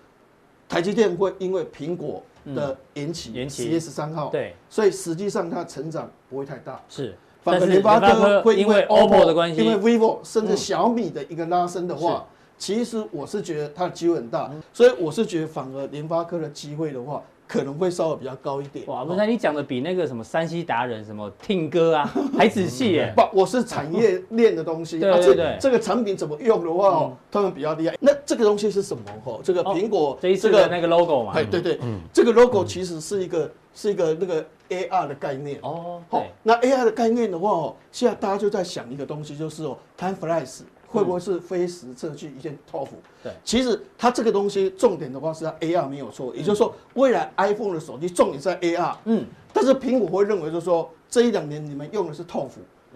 Speaker 4: 台积电会因为苹果的延期，
Speaker 2: 延期
Speaker 4: 十月十三号，
Speaker 2: 对，
Speaker 4: 所以实际上它的成长不会太大。
Speaker 2: 是，但
Speaker 4: 反而
Speaker 2: 是
Speaker 4: 联
Speaker 2: 联
Speaker 4: 发
Speaker 2: 发
Speaker 4: 科
Speaker 2: 科
Speaker 4: 会
Speaker 2: 因
Speaker 4: 因
Speaker 2: 为
Speaker 4: 为
Speaker 2: OPPO 的关系，嗯
Speaker 4: 因为 vivo 甚至小米的一个拉升的话，其实我是觉得它的机会很大，
Speaker 2: 嗯
Speaker 4: 所以我是觉得反而联发科的机会的话，可能会稍微比较高一点。
Speaker 2: 哇，文山你讲的比那个什么山西达人什么听歌 啊还仔细耶，
Speaker 4: 不，我是产业链的东 西，
Speaker 2: 对
Speaker 4: 啊
Speaker 2: 对
Speaker 4: 这
Speaker 2: 对嗯
Speaker 4: 这个产品怎么用的话，哦，他们比较厉害。那这个东西是什么？哦，这个
Speaker 2: 哦
Speaker 4: 苹果
Speaker 2: 这一次
Speaker 4: 个
Speaker 2: 的那个嗯 logo 嘛，
Speaker 4: 哎，对对，这个 logo 其实是一个是一个那个 AR 的概念。
Speaker 2: 哦，
Speaker 4: 好、
Speaker 2: 对，
Speaker 4: 那 AR 的概念的话哦，现在大家就在想一个东西，就是哦，time flies 会不会是非时这去一件
Speaker 2: 嗯
Speaker 4: TOF？
Speaker 2: 对
Speaker 4: 其实它这个东西重点的话是它 AR 没有错，也就是说未来 iPhone 的手机重点在 AR，
Speaker 2: 嗯，
Speaker 4: 但是苹果会认为就是说这一两年你们用的是 TOF，
Speaker 2: 嗯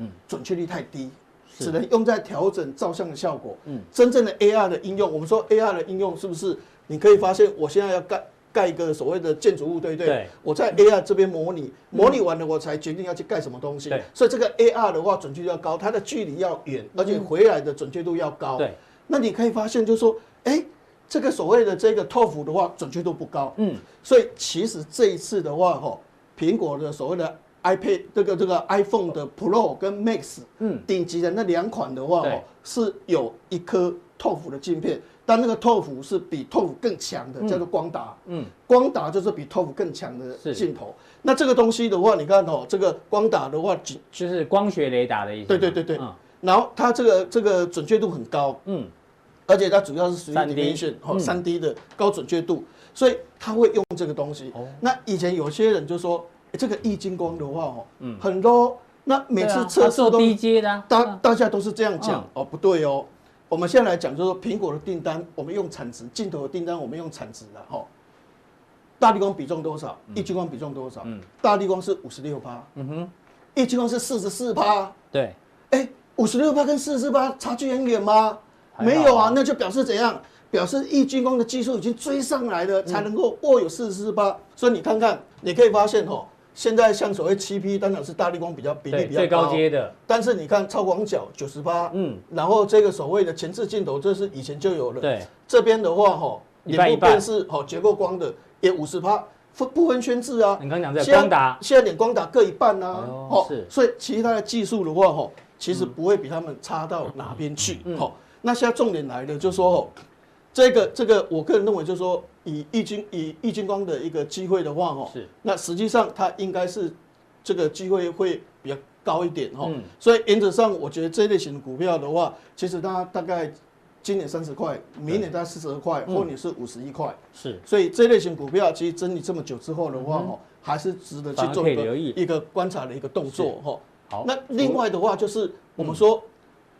Speaker 4: 嗯，准确率太低。
Speaker 2: 是
Speaker 4: 只能用在调整照相的效果。
Speaker 2: 嗯
Speaker 4: 嗯，真正的 AR 的应用，我们说 AR 的应用是不是？你可以发现，我现在要盖盖一个所谓的建筑物，对不对？
Speaker 2: 对嗯
Speaker 4: 我在 AR 这边模拟，模拟完了我才决定要去盖什么东西
Speaker 2: 对。嗯
Speaker 4: 所以这个 AR 的话，准确度要高，它的距离要远，而且回来的准确度要高。
Speaker 2: 对，
Speaker 4: 那你可以发现，就是说，哎，这个所谓的这个 TOF 的话，准确度不高。
Speaker 2: 嗯，
Speaker 4: 所以其实这一次的话，哈，苹果的所谓的 iPad 这个这个 iPhone 的 Pro 跟 Max，
Speaker 2: 嗯
Speaker 4: 嗯，顶级的那两款的话，
Speaker 2: 对
Speaker 4: 哦，是有一颗透幅的镜片，但那个透幅是比透幅更强的，叫做光达。
Speaker 2: 嗯，
Speaker 4: 光达就是比透幅更强
Speaker 2: 是
Speaker 4: 的镜头。那这个东西的话，你看哦，这个光达的话，只
Speaker 2: 就是光学雷达的意思嘛。
Speaker 4: 对对对对
Speaker 2: 嗯
Speaker 4: 然后它这个这个准确度很高，
Speaker 2: 嗯，
Speaker 4: 而且它主要是属于
Speaker 2: 3D
Speaker 4: dimension 哦
Speaker 2: 嗯
Speaker 4: 三 D 的高准确度，所以它会用这个东西。
Speaker 2: 哦
Speaker 4: 那以前有些人就说，诶这个易晶光的话哦，很 low，那每
Speaker 2: 嗯对
Speaker 4: 次
Speaker 2: 啊
Speaker 4: 测
Speaker 2: 它
Speaker 4: 试
Speaker 2: 做
Speaker 4: 都
Speaker 2: 低阶的啊，
Speaker 4: 大
Speaker 2: 嗯
Speaker 4: 大家都是这样讲
Speaker 2: 嗯
Speaker 4: 哦，不对哦。我们现在来讲，就是说苹果的订单，我们用产值；镜头的订单，我们用产值的哈。大力光比重多少？
Speaker 2: 嗯
Speaker 4: 一激光比重多少？大力光是五十六趴，嗯哼，一激光是四十四趴。
Speaker 2: 对，
Speaker 4: 哎，五十六趴跟四十四趴差距很远吗？
Speaker 2: 还好
Speaker 4: 没有啊，那就表示怎样？表示易军工的技术已经追上来了，
Speaker 2: 嗯
Speaker 4: 才能够握有四十四趴。所以你看看，你可以发现哦，现在像所谓七 P，当然是大力光比较比例
Speaker 2: 对，
Speaker 4: 比较
Speaker 2: 最
Speaker 4: 高
Speaker 2: 高阶的，
Speaker 4: 但是你看超广角九十八，
Speaker 2: 嗯
Speaker 4: 嗯，然后这个所谓的前置镜头，这是以前就有了。
Speaker 2: 对，
Speaker 4: 这边的话哈，
Speaker 2: 一半
Speaker 4: 脸
Speaker 2: 一
Speaker 4: 部
Speaker 2: 半
Speaker 4: 辨识哈结构光的也五十趴，分不分圈制啊。
Speaker 2: 你刚讲这个
Speaker 4: 现在
Speaker 2: 光达
Speaker 4: 现在连光达各一半呐
Speaker 2: 哎呦，
Speaker 4: 哦
Speaker 2: 是嗯
Speaker 4: 所以其他的技术的话哈，其实不会比他们差到哪边去。哦，那现在重点来了，就说哦。这个这个，我个人认为就是说，以易经以易经光的一个机会的话，哦，
Speaker 2: 是
Speaker 4: 那实际上它应该是这个机会会比较高一点哈、哦
Speaker 2: 嗯
Speaker 4: 所以原则上，我觉得这类型的股票的话，其实它大概今年三十块，明年大概四十二块，
Speaker 2: 嗯
Speaker 4: 后年是五十一块。
Speaker 2: 是嗯
Speaker 4: 所以这类型股票其实整理这么久之后的话，哦、还是值得去
Speaker 2: 反而
Speaker 4: 做
Speaker 2: 可以
Speaker 4: 一个
Speaker 2: 留意
Speaker 4: 一个观察的一个动作哈、
Speaker 2: 好嗯
Speaker 4: 那另外的话就是我们说，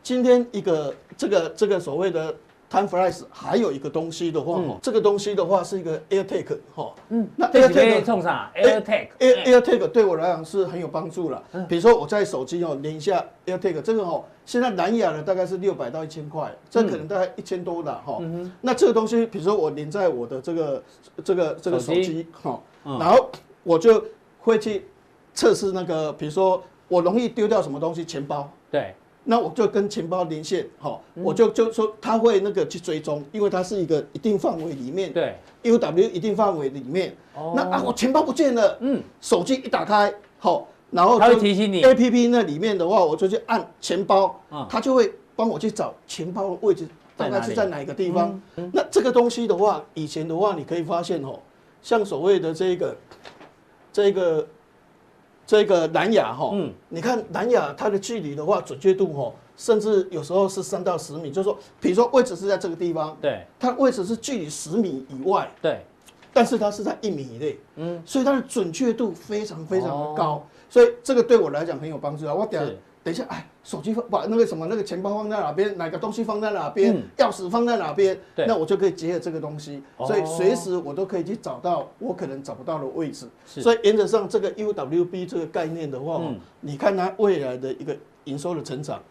Speaker 4: 今天一个这个这个所谓的 time flies，还有一个东西的话，哦
Speaker 2: 嗯
Speaker 4: 这个东西的话是一个 AirTag 哈。嗯，那哎
Speaker 2: 这几
Speaker 4: AirTag
Speaker 2: 杯冲啥
Speaker 4: Air-
Speaker 2: ？AirTag。
Speaker 4: Air AirTag 对我来讲是很有帮助了。
Speaker 2: 嗯
Speaker 4: 比如说我在手机哦连一下 AirTag，这个哦现在蓝牙的大概是六百到一千块，这
Speaker 2: 嗯
Speaker 4: 可能大概一千多啦哈。那这个东西，比如说我连在我的这个这个这个
Speaker 2: 手
Speaker 4: 手
Speaker 2: 机
Speaker 4: 机哈，
Speaker 2: 嗯
Speaker 4: 然后我就会去测试那个，比如说我容易丢掉什么东西，钱包。
Speaker 2: 对，
Speaker 4: 那我就跟钱包连线，哈，
Speaker 2: 嗯
Speaker 4: 我就就说它会那个去追踪，因为它是一个一定范围里面，
Speaker 2: 对
Speaker 4: ，UW 一定范围里面。
Speaker 2: 哦
Speaker 4: 那啊，我钱包不见了，
Speaker 2: 嗯，
Speaker 4: 手机一打开，好，然后
Speaker 2: 它会
Speaker 4: 就
Speaker 2: 提醒你
Speaker 4: A P P 那里面的话，我就去按钱包
Speaker 2: 嗯，
Speaker 4: 它就会帮我去找钱包的位置，
Speaker 2: 在
Speaker 4: 大
Speaker 2: 哪里嗯
Speaker 4: 概是在哪一个地方。那这个东西的话，以前的话，你可以发现哦，像所谓的这个这个这个蓝牙哈，
Speaker 2: 嗯
Speaker 4: 你看蓝牙它的距离的话，准确度哦，甚至有时候是三到十米，就是说，比如说位置是在这个地方，
Speaker 2: 对
Speaker 4: 它位置是距离十米以外，
Speaker 2: 对，
Speaker 4: 但是它是在一米以内，
Speaker 2: 嗯
Speaker 4: 嗯，所以它的准确度非常非常的高，
Speaker 2: 哦
Speaker 4: 所以这个对我来讲很有帮助啊。我等下
Speaker 2: 是
Speaker 4: 等一下，哎，手机放把那个什么那个钱包放在哪边，哪个东西放在哪边，
Speaker 2: 嗯
Speaker 4: 钥匙放在哪边
Speaker 2: 对，
Speaker 4: 那我就可以结合这个东西，
Speaker 2: 哦
Speaker 4: 所以随时我都可以去找到我可能找不到的位置。
Speaker 2: 是
Speaker 4: 所以原则上这个 UWB 这个概念的话，哦
Speaker 2: 嗯
Speaker 4: 你看它未来的一个营收的成长。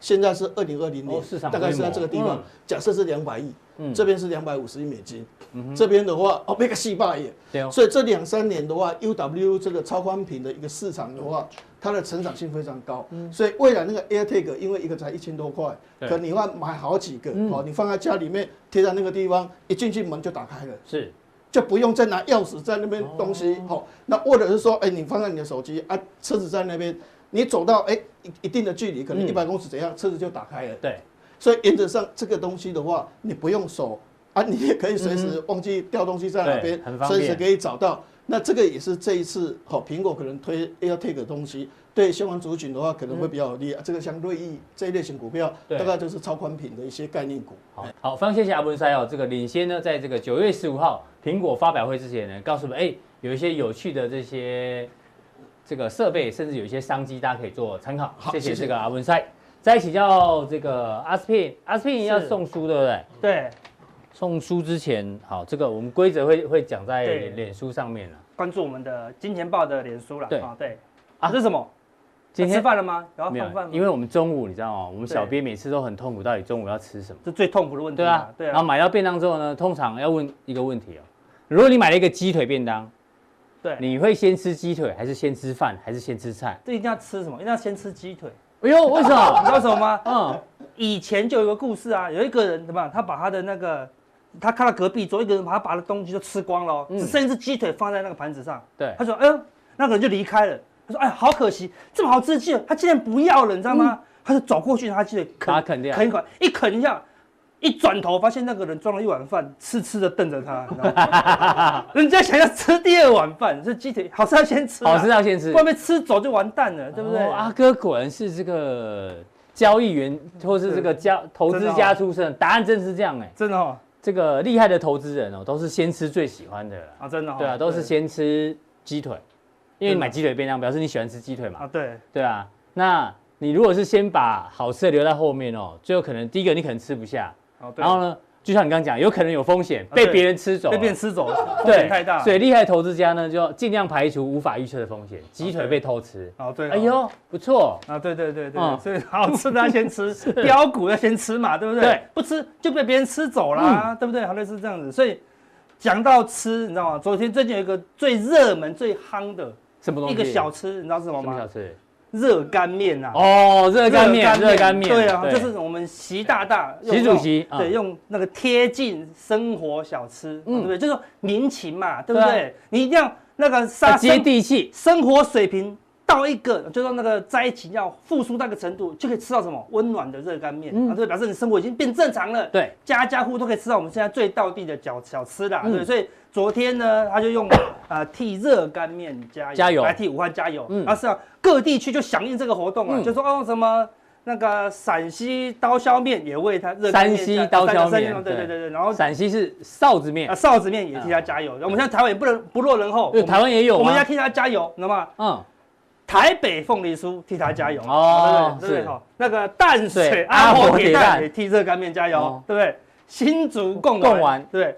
Speaker 4: 现在是二零二零
Speaker 2: 哦
Speaker 4: 年
Speaker 2: 市场，
Speaker 4: 大概是
Speaker 2: 规
Speaker 4: 在
Speaker 2: 模
Speaker 4: 这个地方
Speaker 2: 嗯。
Speaker 4: 假设是两百亿
Speaker 2: 嗯，
Speaker 4: 这边是两百五十亿美金，这边的话哦，那个戏霸也，
Speaker 2: 对哦，
Speaker 4: 所以这两三年的话，UW 这个超宽屏的一个市场的话，
Speaker 2: 嗯
Speaker 4: 它的成长性非常高。所以未来那个 AirTag，因为一个才一千多块，
Speaker 2: 对嗯
Speaker 4: 可你要买好几个，哦，你放在家里面贴在那个地方，一进去门就打开了。
Speaker 2: 是
Speaker 4: 就不用再拿钥匙在那边东西，
Speaker 2: 哦
Speaker 4: 好、那或者是说，哎、你放在你的手机啊，车子在那边，你走到哎一、一定的距离，可能
Speaker 2: 嗯
Speaker 4: 一百公尺怎样，车子就打开了。
Speaker 2: 对，
Speaker 4: 所以原则上这个东西的话，你不用手啊，你也可以随时忘记掉东西在哪
Speaker 2: 嗯
Speaker 4: 边
Speaker 2: 对很，方便
Speaker 4: 随时可以找到。那这个也是这一次好，苹果可能推 AirTag 的东西，对消防族群的话可能会比较有利。啊这个像瑞意这一类型股票，
Speaker 2: 对
Speaker 4: 大概就是超宽屏的一些概念股。
Speaker 2: 好，好，非常谢谢阿文塞哦。这个领先呢，在这个九月十五号苹果发表会之前呢，告诉我们，哎，有一些有趣的这些这个设备，甚至有一些商机，大家可以做参考。
Speaker 4: 好
Speaker 2: 谢谢
Speaker 4: 谢谢
Speaker 2: 这个阿文赛，再请教这个阿斯匹，阿斯匹要
Speaker 3: 是
Speaker 2: 送书对不对？
Speaker 3: 对，
Speaker 2: 送书之前，好，这个我们规则会会讲在
Speaker 3: 对
Speaker 2: 脸书上面啊了。
Speaker 3: 关注我们的金钱豹的脸书啦。
Speaker 2: 对
Speaker 3: 啊，对。
Speaker 2: 啊
Speaker 3: 啊，这是什么？啊
Speaker 2: 今
Speaker 3: 吃
Speaker 2: 天
Speaker 3: 饭了吗？有要
Speaker 2: 没有
Speaker 3: 放饭，吗？
Speaker 2: 因为我们中午你知道吗？我们
Speaker 3: 对
Speaker 2: 小编每次都很痛苦，到底中午要吃什么？
Speaker 3: 这最痛苦的问题
Speaker 2: 对啊
Speaker 3: 嘛。，对
Speaker 2: 然后
Speaker 3: 啊，
Speaker 2: 买到便当之后呢，通常要问一个问题哦，如果你买了一个鸡腿便当，
Speaker 3: 对。
Speaker 2: 你会先吃鸡腿，还是先吃饭，还是先吃菜？
Speaker 3: 这一定要吃什么？一定要先吃鸡腿，
Speaker 2: 哎呦，为什
Speaker 3: 你知道
Speaker 2: 么？
Speaker 3: 为什么吗？
Speaker 2: 嗯，
Speaker 3: 以前就有一个故事啊，有一个人怎么样？他把他的那个，他看到隔壁桌一个人把他把他的东西都吃光了哦、
Speaker 2: 嗯
Speaker 3: 只剩一只鸡腿放在那个盘子上。
Speaker 2: 对
Speaker 3: 他，说：“哎呦，那个人就离开了。”他说：“哎，好可惜，这么好吃的鸡腿，他竟然不要了，你知道吗？”他就走过去，他鸡腿
Speaker 2: 嗯把它
Speaker 3: 啃，
Speaker 2: 啃掉
Speaker 3: 啃一口一啃一下，一转头发现那个人装了一碗饭，痴痴的瞪着他，你知道吗？ 人家想要吃第二碗饭，这鸡腿好吃要先吃啊，
Speaker 2: 好吃要先吃
Speaker 3: 不，然被吃走就完蛋了，对不对？
Speaker 2: 哦阿哥果然是这个交易员或是这个家投资家出
Speaker 3: 哦
Speaker 2: 身，答案真是这样哎。
Speaker 3: 真的哦，
Speaker 2: 这个厉害的投资人哦，都是先吃最喜欢的啦。
Speaker 3: 啊，真的哦，
Speaker 2: 对啊，都是先吃鸡腿，因为你
Speaker 3: 真的
Speaker 2: 买鸡腿便当，表示你喜欢吃鸡腿嘛
Speaker 3: 啊，。对，
Speaker 2: 对啊，那你如果是先把好吃的留在后面哦，最后可能第一个你可能吃不下，
Speaker 3: 哦对
Speaker 2: 然后呢，就像你刚刚讲，有可能有风险
Speaker 3: 啊
Speaker 2: 被
Speaker 3: 对
Speaker 2: 别人吃走了，
Speaker 3: 被别人吃走了，风
Speaker 2: 对
Speaker 3: 险太大，
Speaker 2: 所以厉害的投资家呢，就要尽量排除无法预测的风险，鸡腿被偷吃。
Speaker 3: 哦对，
Speaker 2: 哎呦，不错，
Speaker 3: 啊，对对对对，
Speaker 2: 嗯
Speaker 3: 所以 好吃的要先 吃，标股要先吃嘛，对不对？
Speaker 2: 对，嗯
Speaker 3: 不吃就被别人吃走啦，对不对？好类似这样子，所以讲到吃，你知道吗？昨天最近有一个最热门、最夯的
Speaker 2: 什么东
Speaker 3: 一
Speaker 2: 西？
Speaker 3: 个小吃，你知道是什么
Speaker 2: 什么小
Speaker 3: 吗？
Speaker 2: 吃？
Speaker 3: 热干面啊！
Speaker 2: 哦，热干面，热干面，
Speaker 3: 对啊，就是我们习大大用
Speaker 2: 习主席
Speaker 3: 那
Speaker 2: 嗯
Speaker 3: 种对，用那个贴近生活小吃，
Speaker 2: 嗯
Speaker 3: 对不对？就是说民情嘛，对不
Speaker 2: 对
Speaker 3: 对？你一定要那个
Speaker 2: 要
Speaker 3: 杀
Speaker 2: 啊接
Speaker 3: 生
Speaker 2: 地气。
Speaker 3: 生活水平到一个，就是说那个在一起要复苏到一个程度，就可以吃到什么温暖的热干面，
Speaker 2: 嗯
Speaker 3: 啊，对，表示你生活已经变正常了。，
Speaker 2: 对，
Speaker 3: 家家户户都可以吃到我们现在最道地的小小吃啦。
Speaker 2: 嗯
Speaker 3: 对，所以昨天呢，他就用啊替热干面加油，
Speaker 2: 加油
Speaker 3: 来替武汉加油。
Speaker 2: 嗯
Speaker 3: 嗯，啊是啊，各地区就响应这个活动啊，
Speaker 2: 嗯
Speaker 3: 就说哦什么。那个陕西刀削面也为他热干面加，啊
Speaker 2: 山西刀削面
Speaker 3: 山西刀哦对
Speaker 2: 对
Speaker 3: 对对对，然后
Speaker 2: 陕西是臊子面
Speaker 3: 啊，臊子面也替他加油。我们现在台湾也不能不落人后，
Speaker 2: 对
Speaker 3: 我们
Speaker 2: 台湾也有啊
Speaker 3: 我们要替他加油，你知道吗？
Speaker 2: 嗯，
Speaker 3: 台北凤梨酥替他加油
Speaker 2: 哦
Speaker 3: 哦，对不对对
Speaker 2: 是
Speaker 3: 不对？好，那个淡
Speaker 2: 对
Speaker 3: 水阿
Speaker 2: 阿
Speaker 3: 婆
Speaker 2: 婆
Speaker 3: 铁
Speaker 2: 铁
Speaker 3: 蛋
Speaker 2: 蛋
Speaker 3: 也替热干面加油
Speaker 2: 哦，
Speaker 3: 对不对？新竹贡
Speaker 2: 贡丸
Speaker 3: 丸，对不对，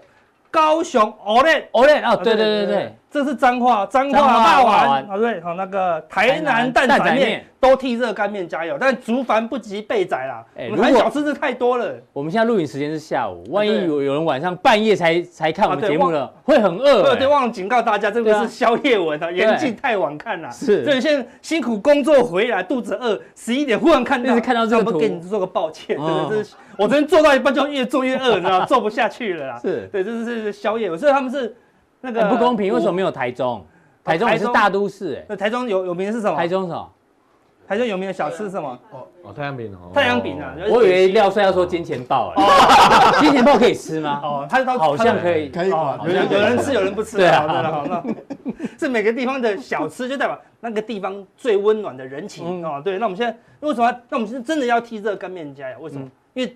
Speaker 3: 高雄 o l e
Speaker 2: 哦嘞，哦，对对对对，，
Speaker 3: 这是彰化彰
Speaker 2: 彰化
Speaker 3: 化霸
Speaker 2: 霸
Speaker 3: 王
Speaker 2: 王，
Speaker 3: 好对，好哦那个
Speaker 2: 台
Speaker 3: 台南
Speaker 2: 南
Speaker 3: 蛋
Speaker 2: 蛋仔
Speaker 3: 仔
Speaker 2: 面
Speaker 3: 面都替热干面加油，但竹凡不及贝仔啦，
Speaker 2: 哎
Speaker 3: 我们台
Speaker 2: 如果
Speaker 3: 小吃是太多了。
Speaker 2: 我们现在录影时间是下午，万一
Speaker 3: 啊对
Speaker 2: 有有人晚上半夜才才看我们
Speaker 3: 啊对
Speaker 2: 节目
Speaker 3: 忘
Speaker 2: 了，会很饿
Speaker 3: 对
Speaker 2: 欸。
Speaker 3: 对，忘了警告大家，这
Speaker 2: 对啊
Speaker 3: 个是宵夜文啊，严禁太晚看啦。
Speaker 2: 是
Speaker 3: 所以现在辛苦工作回来，肚子饿，十一点忽然看到，
Speaker 2: 一直看到这个
Speaker 3: 啊
Speaker 2: 图
Speaker 3: 我给你做个抱歉，真
Speaker 2: 嗯
Speaker 3: 的，这是我昨天做到一半就越做越饿，你知道吗，做不下去了啦。
Speaker 2: 是
Speaker 3: 对，这是这是宵夜文，所以他们是那个
Speaker 2: 很不公平，为什么
Speaker 3: 我？哦
Speaker 2: 没有台中？台中
Speaker 3: 台
Speaker 2: 也是
Speaker 3: 中哦
Speaker 2: 大都市
Speaker 3: 那呃台中有有名的是什
Speaker 2: 哎，
Speaker 3: 么？
Speaker 2: 台中是什么？
Speaker 3: 台中有名的小吃是什么？
Speaker 5: 哦，太阳饼哦，
Speaker 3: 太阳饼啊，就是
Speaker 2: 我以为廖帅要说金钱豹，哎， 金钱豹可以吃吗？
Speaker 3: 哦，他到
Speaker 2: 好像可以，
Speaker 4: 可以吧？
Speaker 3: 有人有人吃，有人不吃
Speaker 2: 对啊
Speaker 3: 啊。好的了，好 那是每个地方的小吃，就代表那个地方最温暖的人情
Speaker 2: 嗯
Speaker 3: 哦。对，那我们现在为什么要？那我们是真的要替热干面加油？为什
Speaker 2: 嗯
Speaker 3: 么？因为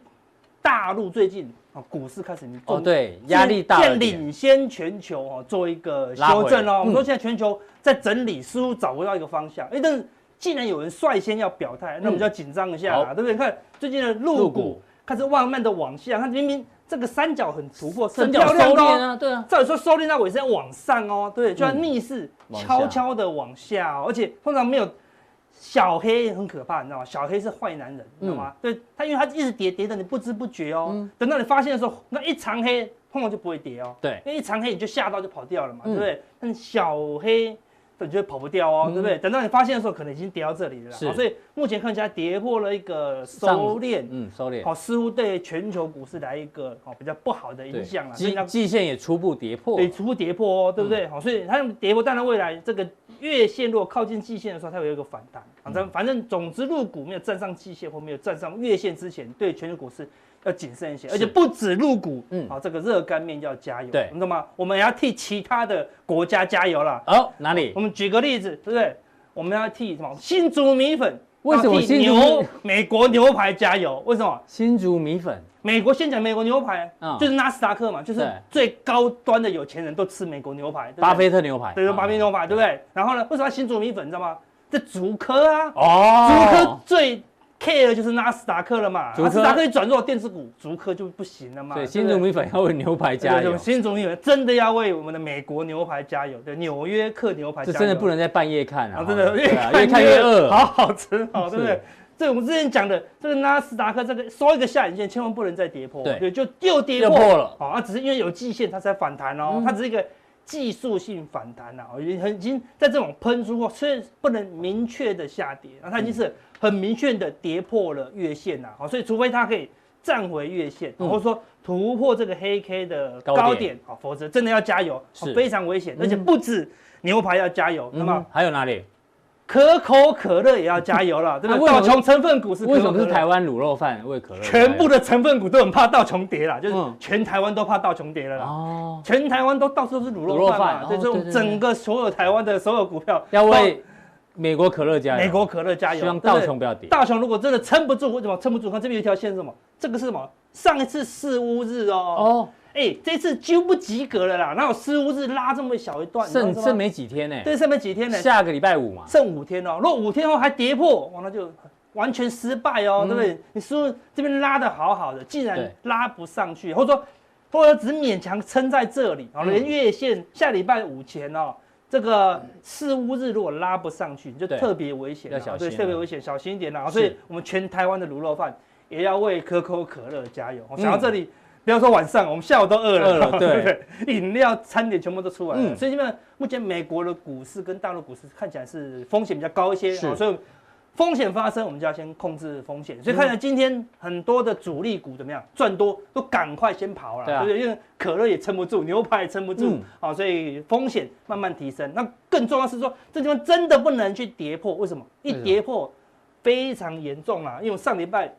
Speaker 3: 大陆最近哦，股市开始
Speaker 2: 哦，对，压力大了
Speaker 3: 现
Speaker 2: 点，
Speaker 3: 领先全球哦，做一个
Speaker 2: 拉回
Speaker 3: 修正
Speaker 2: 嗯
Speaker 3: 哦。我们说现在全球在整理，似乎找不到一个方向。哎，但是既然有人率先要表态，那我们就要紧张一
Speaker 2: 嗯
Speaker 3: 下
Speaker 2: 好
Speaker 3: 啦，对不对？你看最近的
Speaker 2: 入
Speaker 3: 陆股
Speaker 2: 股
Speaker 3: 开始慢慢的往下，它明明这个三角很突破，是
Speaker 2: 深
Speaker 3: 很
Speaker 2: 角
Speaker 3: 漂
Speaker 2: 收
Speaker 3: 亮的
Speaker 2: 敛
Speaker 3: 哦。
Speaker 2: 啊，对啊，
Speaker 3: 照理说收敛到尾是要往上哦，对，就要
Speaker 2: 嗯
Speaker 3: 逆势
Speaker 2: 往下
Speaker 3: 悄悄的往下哦，而且通常没有小黑很可怕，你知道吗？小黑是坏男人，你知道吗？对他，因为他一直跌跌的，你不知不觉哦，
Speaker 2: 嗯
Speaker 3: 等到你发现的时候，那一长黑碰了就不会跌哦，
Speaker 2: 对，
Speaker 3: 因为一长黑你就吓到就跑掉了嘛，
Speaker 2: 嗯
Speaker 3: 对不对？但小黑。你就会跑不掉哦，
Speaker 2: 嗯
Speaker 3: 对不对？等到你发现的时候，可能已经跌到这里了啦。哦
Speaker 2: 是
Speaker 3: 好所以目前看起来跌破了一个
Speaker 2: 上
Speaker 3: 收敛，
Speaker 2: 嗯，收敛，
Speaker 3: 好、似乎对全球股市来一个好、比较不好的影响了。所以
Speaker 2: 季
Speaker 3: 要
Speaker 2: 季线也初步跌破嗯
Speaker 3: 对，，逐步跌破哦，对不对？好、所以它用跌破，当然未来这个月线如果靠近季线的时候，它会有一个反弹。
Speaker 2: 嗯
Speaker 3: 反正、反正，总之，入股没有站上季线或没有站上月线之前，对全球股市要谨慎一些，而且不止入股，
Speaker 2: 嗯
Speaker 3: 嗯，好、这个热干面要加油，
Speaker 2: 对
Speaker 3: 你懂吗？我们也要替其他的国家加油啦。
Speaker 2: 哦，哪里
Speaker 3: 我？们举个例子，对不对？我们要替什么新竹米粉
Speaker 2: 为什么
Speaker 3: 要替
Speaker 2: 新竹
Speaker 3: 牛美国牛排加油？为什么？
Speaker 2: 新竹米粉？
Speaker 3: 美国先讲美国牛排，
Speaker 2: 嗯
Speaker 3: 就是纳斯达克嘛，就是
Speaker 2: 对
Speaker 3: 最高端的有钱人都吃美国牛排，对不对
Speaker 2: 巴菲特啊牛排，
Speaker 3: 对，就巴菲特牛排，对不对？然后呢，为什么要新竹米粉？你知道吗？这竹科啊，竹科
Speaker 2: 哦，
Speaker 3: 最 care 的就是纳斯达克了嘛，
Speaker 2: 竹科
Speaker 3: 纳斯达克一转入电子股，竹科就不行了嘛。
Speaker 2: 对，
Speaker 3: 对，
Speaker 2: 新竹米粉要为牛排加
Speaker 3: 加
Speaker 2: 油
Speaker 3: 油，，新竹米粉真的要为我们的美国牛排加油，对，纽约客牛排加
Speaker 2: 这
Speaker 3: 油，
Speaker 2: 真的不能在半夜看啊
Speaker 3: 啊，，真 的
Speaker 2: 对啊越看越饿，
Speaker 3: 好好吃，好对不
Speaker 2: 是
Speaker 3: 对？这我们之前讲的，这个纳斯达克这个收一个下影线，千万不能再跌破，
Speaker 2: 对
Speaker 3: 就又跌
Speaker 2: 又
Speaker 3: 破
Speaker 2: 破了嗯
Speaker 3: 好，啊，只是因为有季线它才反弹哦，它只是一个技术性反弹呐，哦已经很已经在这种喷出过，虽然不能明确的下跌，啊，它已经是很明确的跌破了月线呐，好，所以除非它可以站回月线，哦
Speaker 2: 嗯
Speaker 3: 或者说突破这个黑 K 的
Speaker 2: 高点
Speaker 3: 高点，好，否则真的要加油，好
Speaker 2: 是
Speaker 3: 非常危险，而且不止牛排要加油，那么
Speaker 2: 嗯。还有哪里？
Speaker 3: 可口可乐也要加油了，对不对？
Speaker 2: 啊为什么
Speaker 3: 道琼成分股是可口
Speaker 2: 为什么
Speaker 3: 可
Speaker 2: 是
Speaker 3: 乐
Speaker 2: 台？湾卤肉饭为可乐加油？
Speaker 3: 全部的成分股都很怕道琼跌了，就是
Speaker 2: 嗯
Speaker 3: 全台湾都怕道琼跌了啦。
Speaker 2: 哦，
Speaker 3: 全台湾都到处都是卤
Speaker 2: 卤肉
Speaker 3: 肉饭
Speaker 2: 饭
Speaker 3: 嘛
Speaker 2: 哦，
Speaker 3: 对，这
Speaker 2: 对对
Speaker 3: 种
Speaker 2: 对
Speaker 3: 整个所有台湾的所有股票
Speaker 2: 要为美国可乐加
Speaker 3: 都
Speaker 2: 油，
Speaker 3: 美国可乐加油。
Speaker 2: 希望
Speaker 3: 对不
Speaker 2: 道
Speaker 3: 对
Speaker 2: 琼不要跌。
Speaker 3: 大雄如果真的撑不住，为什么撑不住？看这边有一条线是什么？这个是什么？上一次四乌日哦，
Speaker 2: 哦，
Speaker 3: 哎，这次几乎不及格了啦，哪有四乌日拉这么小一段？你知道
Speaker 2: 剩
Speaker 3: 吗
Speaker 2: 剩没几天呢，
Speaker 3: 对，剩没几天呢？
Speaker 2: 下个礼拜五嘛，
Speaker 3: 剩五天哦，如果五天后还跌破，哇，那就完全失败哦，对不对？你输入这边拉的好好的，竟然
Speaker 2: 嗯对
Speaker 3: 拉不上去，或者说或者只勉强撑在这里，好，
Speaker 2: 嗯
Speaker 3: 连月线下礼拜五前哦。这个四五日如果拉不上去，你就
Speaker 2: 对
Speaker 3: 特别危险了，哦
Speaker 2: 要小
Speaker 3: 对
Speaker 2: 心
Speaker 3: 特别
Speaker 2: 了
Speaker 3: 危险，小心一点啦。哦
Speaker 2: 是
Speaker 3: 所以我们全台湾的卤肉饭也要为可口可乐加油。哦想到这里，不要说晚上，我们下午都饿了，
Speaker 2: 饿了对
Speaker 3: 不 对，饮料、餐点全部都出来了。
Speaker 2: 嗯
Speaker 3: 所以现在目前美国的股市跟大陆股市看起来是风险比较高一些，
Speaker 2: 是
Speaker 3: 哦所以风险发生，我们就要先控制风险。所以看
Speaker 2: 嗯
Speaker 3: 起来今天很多的主力股怎么样赚多，都赶快先跑了，
Speaker 2: 对啊
Speaker 3: 不对？因为可乐也撑不住，牛排也撑不住
Speaker 2: 嗯，
Speaker 3: 好、所以风险慢慢提升。那更重要是说，这地方真的不能去跌破，为什么？一
Speaker 2: 为什么
Speaker 3: 跌破非常严重啊啦，因为我上礼拜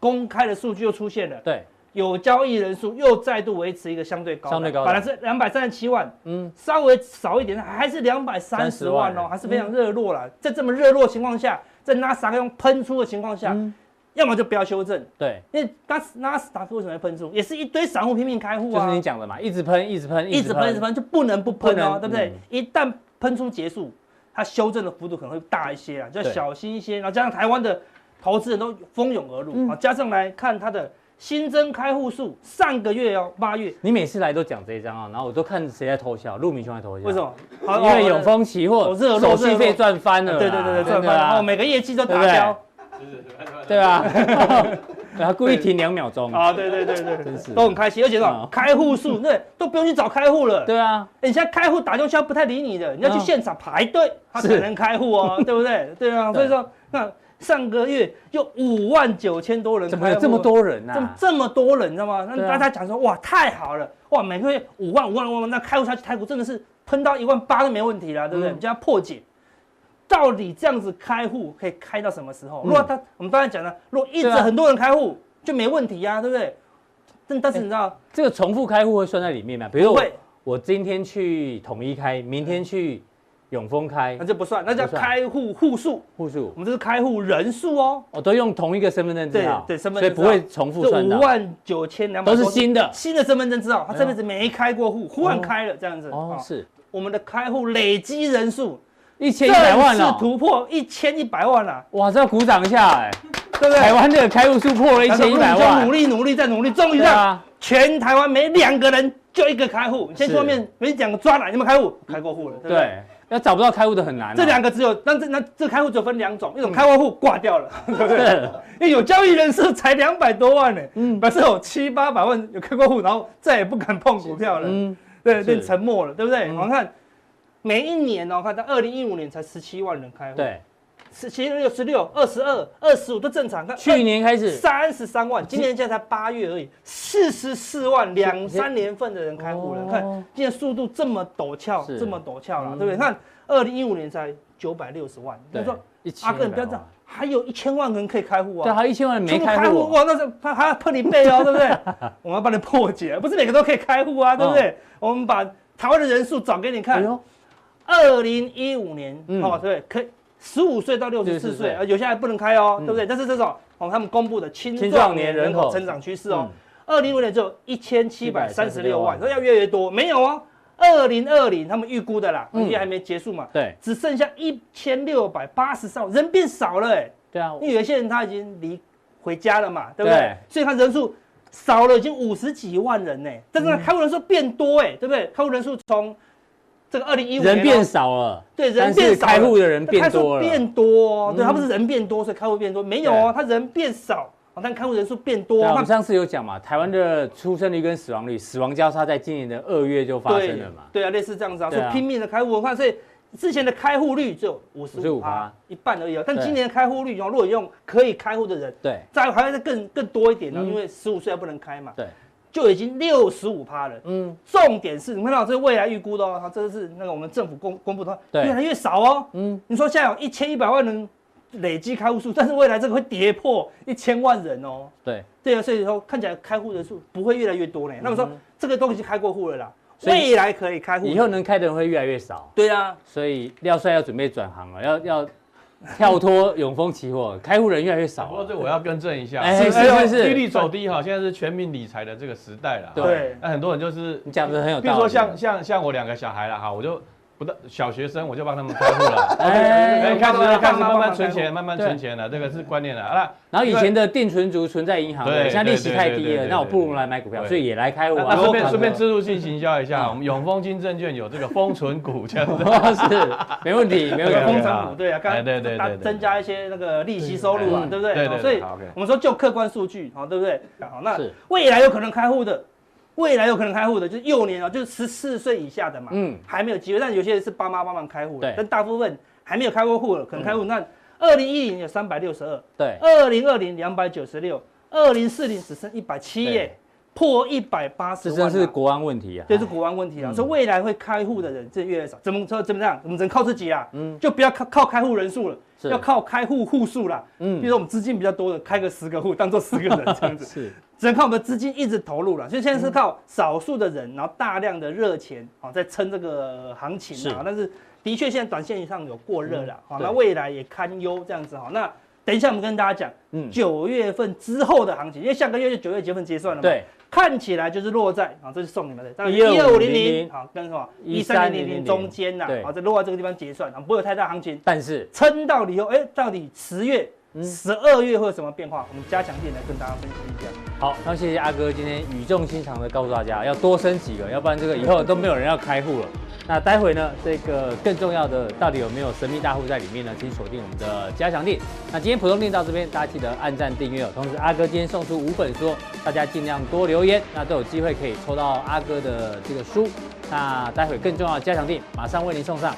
Speaker 3: 公开的数据又出现了。
Speaker 2: 对，
Speaker 3: 有交易人数又再度维持一个相对高档，
Speaker 2: 相对高档
Speaker 3: 本来是两百三十七万，
Speaker 2: 嗯，
Speaker 3: 稍微少一点，还是两百三十万
Speaker 2: 30万，
Speaker 3: 哦
Speaker 2: 欸嗯
Speaker 3: 还是非常热络啦。在这么热络的情况下，在纳斯达克用喷出的情况
Speaker 2: 嗯
Speaker 3: 下，要么就不要修正，
Speaker 2: 对，
Speaker 3: 因为纳斯纳斯达克为什么要喷出？也是一堆散户拼命开户
Speaker 2: 就
Speaker 3: 啊，
Speaker 2: 是你讲的嘛，一直喷，一直喷，
Speaker 3: 一直喷一直，喷就不能不喷
Speaker 2: 不
Speaker 3: 哦
Speaker 2: 能，
Speaker 3: 对不对
Speaker 2: 嗯？
Speaker 3: 一旦喷出结束，它修正的幅度可能会大一些啊，就要
Speaker 2: 对
Speaker 3: 小心一些。然后加上台湾的投资人都蜂拥而
Speaker 2: 嗯
Speaker 3: 入啊，加上来看它的新增开户数，上个月哦，八月
Speaker 2: 你每次来都讲这一张啊，然后我都看谁在偷笑，陆明兄在偷笑，
Speaker 3: 为什？么？
Speaker 2: 因为永
Speaker 3: 风。
Speaker 2: 丰期货
Speaker 3: 哦热
Speaker 2: 手
Speaker 3: 络
Speaker 2: 续费赚翻了啦，
Speaker 3: 对对对对，赚
Speaker 2: 真的
Speaker 3: 翻
Speaker 2: 啊
Speaker 3: 了，哦，每个业绩都达
Speaker 2: 对不对
Speaker 3: 标
Speaker 2: 对 吧？然后故意停两秒钟，
Speaker 3: 啊，对对对对
Speaker 2: 是
Speaker 3: 对，都很开心，而且什
Speaker 2: 啊
Speaker 3: 么开户数，那都不用去找开户了。
Speaker 2: 对啊，
Speaker 3: 哎，你现在开户打电话不太理你的，你要去
Speaker 2: 嗯
Speaker 3: 现场排队，他才
Speaker 2: 是
Speaker 3: 能开户哦，对 不对？对啊，
Speaker 2: 对
Speaker 3: 所以说那上个月有五万九千多人，哦啊
Speaker 2: 怎么有这么？多人
Speaker 3: 这么
Speaker 2: 呐？
Speaker 3: 这么多人，你知道吗？那
Speaker 2: 对啊
Speaker 3: 大家讲说，哇，太好了，哇，每个月五万五万五万，那开户下去，台股真的是喷到一万八都没问题啦，对不对？
Speaker 2: 嗯
Speaker 3: 我们就要破解，到底这样子开户可以开到什么时候？如果他，我们刚才讲了，如果一直
Speaker 2: 嗯对啊
Speaker 3: 很多人开户就没问题啊呀、对不对？但但是你知道，
Speaker 2: 这个重复开户会算在里面吗？比如
Speaker 3: 不
Speaker 2: 我
Speaker 3: 会，
Speaker 2: 我今天去统一开，明天去永丰开
Speaker 3: 那，就不算，那叫
Speaker 2: 不算
Speaker 3: 开户户数，
Speaker 2: 户数
Speaker 3: 我们这是开户人数哦，
Speaker 2: 我都用同一个身份证字
Speaker 3: 对
Speaker 2: 号，
Speaker 3: 对，身份
Speaker 2: 啊所以
Speaker 3: 证
Speaker 2: 不会重复算
Speaker 3: 五
Speaker 2: 到，
Speaker 3: 万九千两百
Speaker 2: 都是新的
Speaker 3: 新的身份证字号，他这辈子没开过户，忽然开了这样子
Speaker 2: 哦
Speaker 3: 啊，
Speaker 2: 是
Speaker 3: 我们的开户累积人数
Speaker 2: 一千一百万啊
Speaker 3: 正式
Speaker 2: 了，
Speaker 3: 突破一千一百万了，
Speaker 2: 哇，这要鼓掌一下哎，
Speaker 3: 对不对？
Speaker 2: 台湾这个开户数破了一
Speaker 3: 然后
Speaker 2: 千一百
Speaker 3: 我们
Speaker 2: 万
Speaker 3: 就努，力努力再努力，终于
Speaker 2: 对
Speaker 3: 让
Speaker 2: 啊，
Speaker 3: 全台湾每两个人就一个开户。你先
Speaker 2: 是
Speaker 3: 说面，没讲个抓哪，你们开户开过户了，对不对？
Speaker 2: 对，要找不到开户的很难啊，
Speaker 3: 这两个只有，那这那这开户只有分两种，一种开过户挂掉了，对不对？因哎为有交易人数才两百多万呢，嗯，表示有七八百万有开过户，然后再也不敢碰股票了，
Speaker 2: 嗯，
Speaker 3: 对，
Speaker 2: 是
Speaker 3: 变沉默了，对不对？
Speaker 2: 嗯
Speaker 3: 我们看每一年哦，看到二零一五年才十七万人开户，
Speaker 2: 对，
Speaker 3: 十七、六、十六、二十二、二十五都正常。看
Speaker 2: 去年开始
Speaker 3: 三十三万，今年现在才八月而已，四十四万两三年份的人开户了。
Speaker 2: 哦
Speaker 3: 看今年速度这么陡峭，
Speaker 2: 是
Speaker 3: 这么陡峭了，
Speaker 2: 嗯
Speaker 3: 对不对？看二零一五年才九百六十万，你
Speaker 2: 对
Speaker 3: 说，
Speaker 2: 一千
Speaker 3: 阿
Speaker 2: 一
Speaker 3: 哥你不
Speaker 2: 百
Speaker 3: 要这样
Speaker 2: 万，，
Speaker 3: 还有一千万人可以开户
Speaker 2: 对，
Speaker 3: 啊。
Speaker 2: 还有一千万人没
Speaker 3: 全部
Speaker 2: 开户哦，
Speaker 3: 哇，那是他还要喷你背哦，对不对？ 我们要帮你破解，不是每个都可以开户啊，对不对？我们把台湾的人数找给
Speaker 2: 嗯
Speaker 3: 你
Speaker 2: 哎
Speaker 3: 看，
Speaker 2: 呦，
Speaker 3: 二零一五年，
Speaker 2: 嗯
Speaker 3: 哦，对，可十五岁到六十四
Speaker 2: 64岁嗯
Speaker 3: 岁，呃，有些还不能开哦，对不对？但是这种哦，他们公布的青
Speaker 2: 青壮
Speaker 3: 壮
Speaker 2: 年
Speaker 3: 年
Speaker 2: 人
Speaker 3: 人
Speaker 2: 口嗯
Speaker 3: 口成长趋势哦，二零一五年只有一千七百三十
Speaker 2: 736
Speaker 3: 六
Speaker 2: 万
Speaker 3: 万，所以要越来越多，没有哦。二零二零他们预估的啦，
Speaker 2: 嗯
Speaker 3: 因为还没结束嘛，
Speaker 2: 对
Speaker 3: 只剩下一千六百八十三，人变少了哎、
Speaker 2: 对啊，
Speaker 3: 因为有些人他已经离回家了嘛，对不对？
Speaker 2: 对
Speaker 3: 所以他人数少了，已经五十几万人呢、但是呢，开户人数变多哎、对不对？开户人数从这个二零一五年哦
Speaker 2: 人变少了，
Speaker 3: 对人
Speaker 2: 但是
Speaker 3: 变少了，
Speaker 2: 开户的人变
Speaker 3: 但开户
Speaker 2: 多了
Speaker 3: 变多哦、
Speaker 2: 嗯
Speaker 3: 对，他不是人变多，所以开户变多，没有哦，他人变少，哦但开户人数变多，
Speaker 2: 对啊，我
Speaker 3: 那
Speaker 2: 们上次有讲嘛，台湾的出生率跟死亡率，死亡交叉在今年的二月就发生了嘛。
Speaker 3: 对对啊，类似这样子啊，
Speaker 2: 对
Speaker 3: 所
Speaker 2: 啊
Speaker 3: 以拼命的开户文化，所以之前的开户率只有五十五
Speaker 2: 55%
Speaker 3: 趴，一半而已啊。但
Speaker 2: 对
Speaker 3: 今年的开户率哦，如果用可以开户的人，
Speaker 2: 对
Speaker 3: 再还会再更更多一点呢、
Speaker 2: 嗯
Speaker 3: 因为十五岁还不能开嘛，
Speaker 2: 对，
Speaker 3: 就已经六十五趴了。
Speaker 2: 嗯，
Speaker 3: 重点是，你看到这是未来预估的哦，它这个是那个我们政府公公布的话，
Speaker 2: 对
Speaker 3: 越来越少哦。
Speaker 2: 嗯
Speaker 3: 嗯，你说现在有一千一百万人累积开户数，但是未来这个会跌破一千万人哦。
Speaker 2: 对，
Speaker 3: 对啊，所以说看起来开户人数不会越来越多呢。那么说这个都已经开过户了啦，
Speaker 2: 嗯所以
Speaker 3: 未来可以开户。
Speaker 2: 以后能开的人会越来越少，
Speaker 3: 对啊，
Speaker 2: 所以廖帅要准备转行了，要要跳脱永丰期货，开户人越来越少
Speaker 5: 不过
Speaker 2: 了。
Speaker 5: 这我要更正一下，
Speaker 2: 哎是是是
Speaker 5: 利率走低哈，现在是全民理财的这个时代了。
Speaker 2: 对
Speaker 3: 对
Speaker 5: 那很多人就是
Speaker 2: 你讲的很有道理。，
Speaker 5: 比如说像像像我两个小孩了哈，我就不到小学生我就帮他们开户了
Speaker 2: 哎
Speaker 5: 哎，开始
Speaker 3: 帮忙
Speaker 5: 开始慢
Speaker 3: 帮
Speaker 5: 慢
Speaker 3: 忙
Speaker 5: 存
Speaker 3: 开户
Speaker 5: 钱，慢慢
Speaker 2: 对
Speaker 5: 存钱了，这个是观念了。啊那
Speaker 2: 然后以前的定存族存在银行的，
Speaker 5: 对
Speaker 2: 现在利息太
Speaker 5: 对
Speaker 2: 低
Speaker 5: 对对
Speaker 2: 了，
Speaker 5: 对
Speaker 2: 那我不如来买股票，
Speaker 5: 对
Speaker 2: 所以也来开户
Speaker 5: 那
Speaker 2: 啊。
Speaker 5: 那顺便
Speaker 2: 我
Speaker 5: 顺便
Speaker 2: 看。
Speaker 5: 植入性行销一下，我们永丰金证券有这个封存股这样子
Speaker 2: 过是没问题，没问
Speaker 5: 对啊
Speaker 2: 题
Speaker 3: 工。
Speaker 5: 对啊
Speaker 3: 厂股对啊，刚
Speaker 5: 哎对对对
Speaker 3: 刚
Speaker 5: 对
Speaker 3: 增加一些那个利息收入啊，
Speaker 2: 对
Speaker 3: 对
Speaker 5: 对
Speaker 3: 不对？
Speaker 5: 对对对
Speaker 3: 所以
Speaker 5: 好，OK
Speaker 3: 我们说就客观数据，好，对不对？好，那
Speaker 2: 是
Speaker 3: 未来有可能开户的，未来有可能开户的，就是幼年啊，就是十四岁以下的嘛，
Speaker 2: 嗯
Speaker 3: 还没有机会。但有些人是爸妈帮忙开户的
Speaker 2: 对，
Speaker 3: 但大部分还没有开过户的，可能开户。
Speaker 5: 嗯
Speaker 3: 那二零一零有三百六十二，
Speaker 2: 对，
Speaker 3: 二零二零两百九十六，二零四零只剩一百七耶，破一百八十
Speaker 2: 这
Speaker 3: 万啊、
Speaker 2: 真是国安问题啊。
Speaker 3: 这是国安问题啊，所以未来会开户的人这越来越少，怎么说怎么样？我们只能靠自己啦，就不要靠靠开户人数了，
Speaker 2: 嗯是
Speaker 3: 要靠开户户数啦，
Speaker 2: 嗯
Speaker 3: 嗯，比如说我们资金比较多的，开个十个户，当做十个 人这样子，
Speaker 2: 是嗯
Speaker 3: 只能靠我们的资金一直投入了，所以现在是靠少数的人，然后大量的热钱啊在撑这个行情
Speaker 2: 是嗯
Speaker 3: 啊，但是的确现在短线上有过热了，好，
Speaker 2: 对
Speaker 3: 那未来也堪忧这样子哈，那。等一下，我们跟大家讲
Speaker 2: 嗯
Speaker 3: 九月份之后的行情，因为下个月就九月结份结算了嘛。
Speaker 2: 对，
Speaker 3: 看起来就是落在啊，这是送你们的，当然一二五零
Speaker 2: 12500
Speaker 3: 零好跟什么一三零
Speaker 2: 13000
Speaker 3: 零中间呐
Speaker 2: 对，
Speaker 3: 好，这落在这个地方结算，啊，不会有太大行情。
Speaker 2: 但是
Speaker 3: 撑到以后，哎，到底十月、十二月会有什么变化？我们加强点来跟大家分析一下。
Speaker 2: 好，那谢谢阿哥今天语重心长的告诉大家，要多生几个，要不然这个以后都没有人要开户了。那待会呢，这个更重要的到底有没有神秘大户在里面呢？请锁定我们的加强店。那今天普通店到这边，大家记得按赞订阅哦。同时，阿哥今天送出五本书，大家尽量多留言，那都有机会可以抽到阿哥的这个书。那待会更重要的加强店马上为您送上。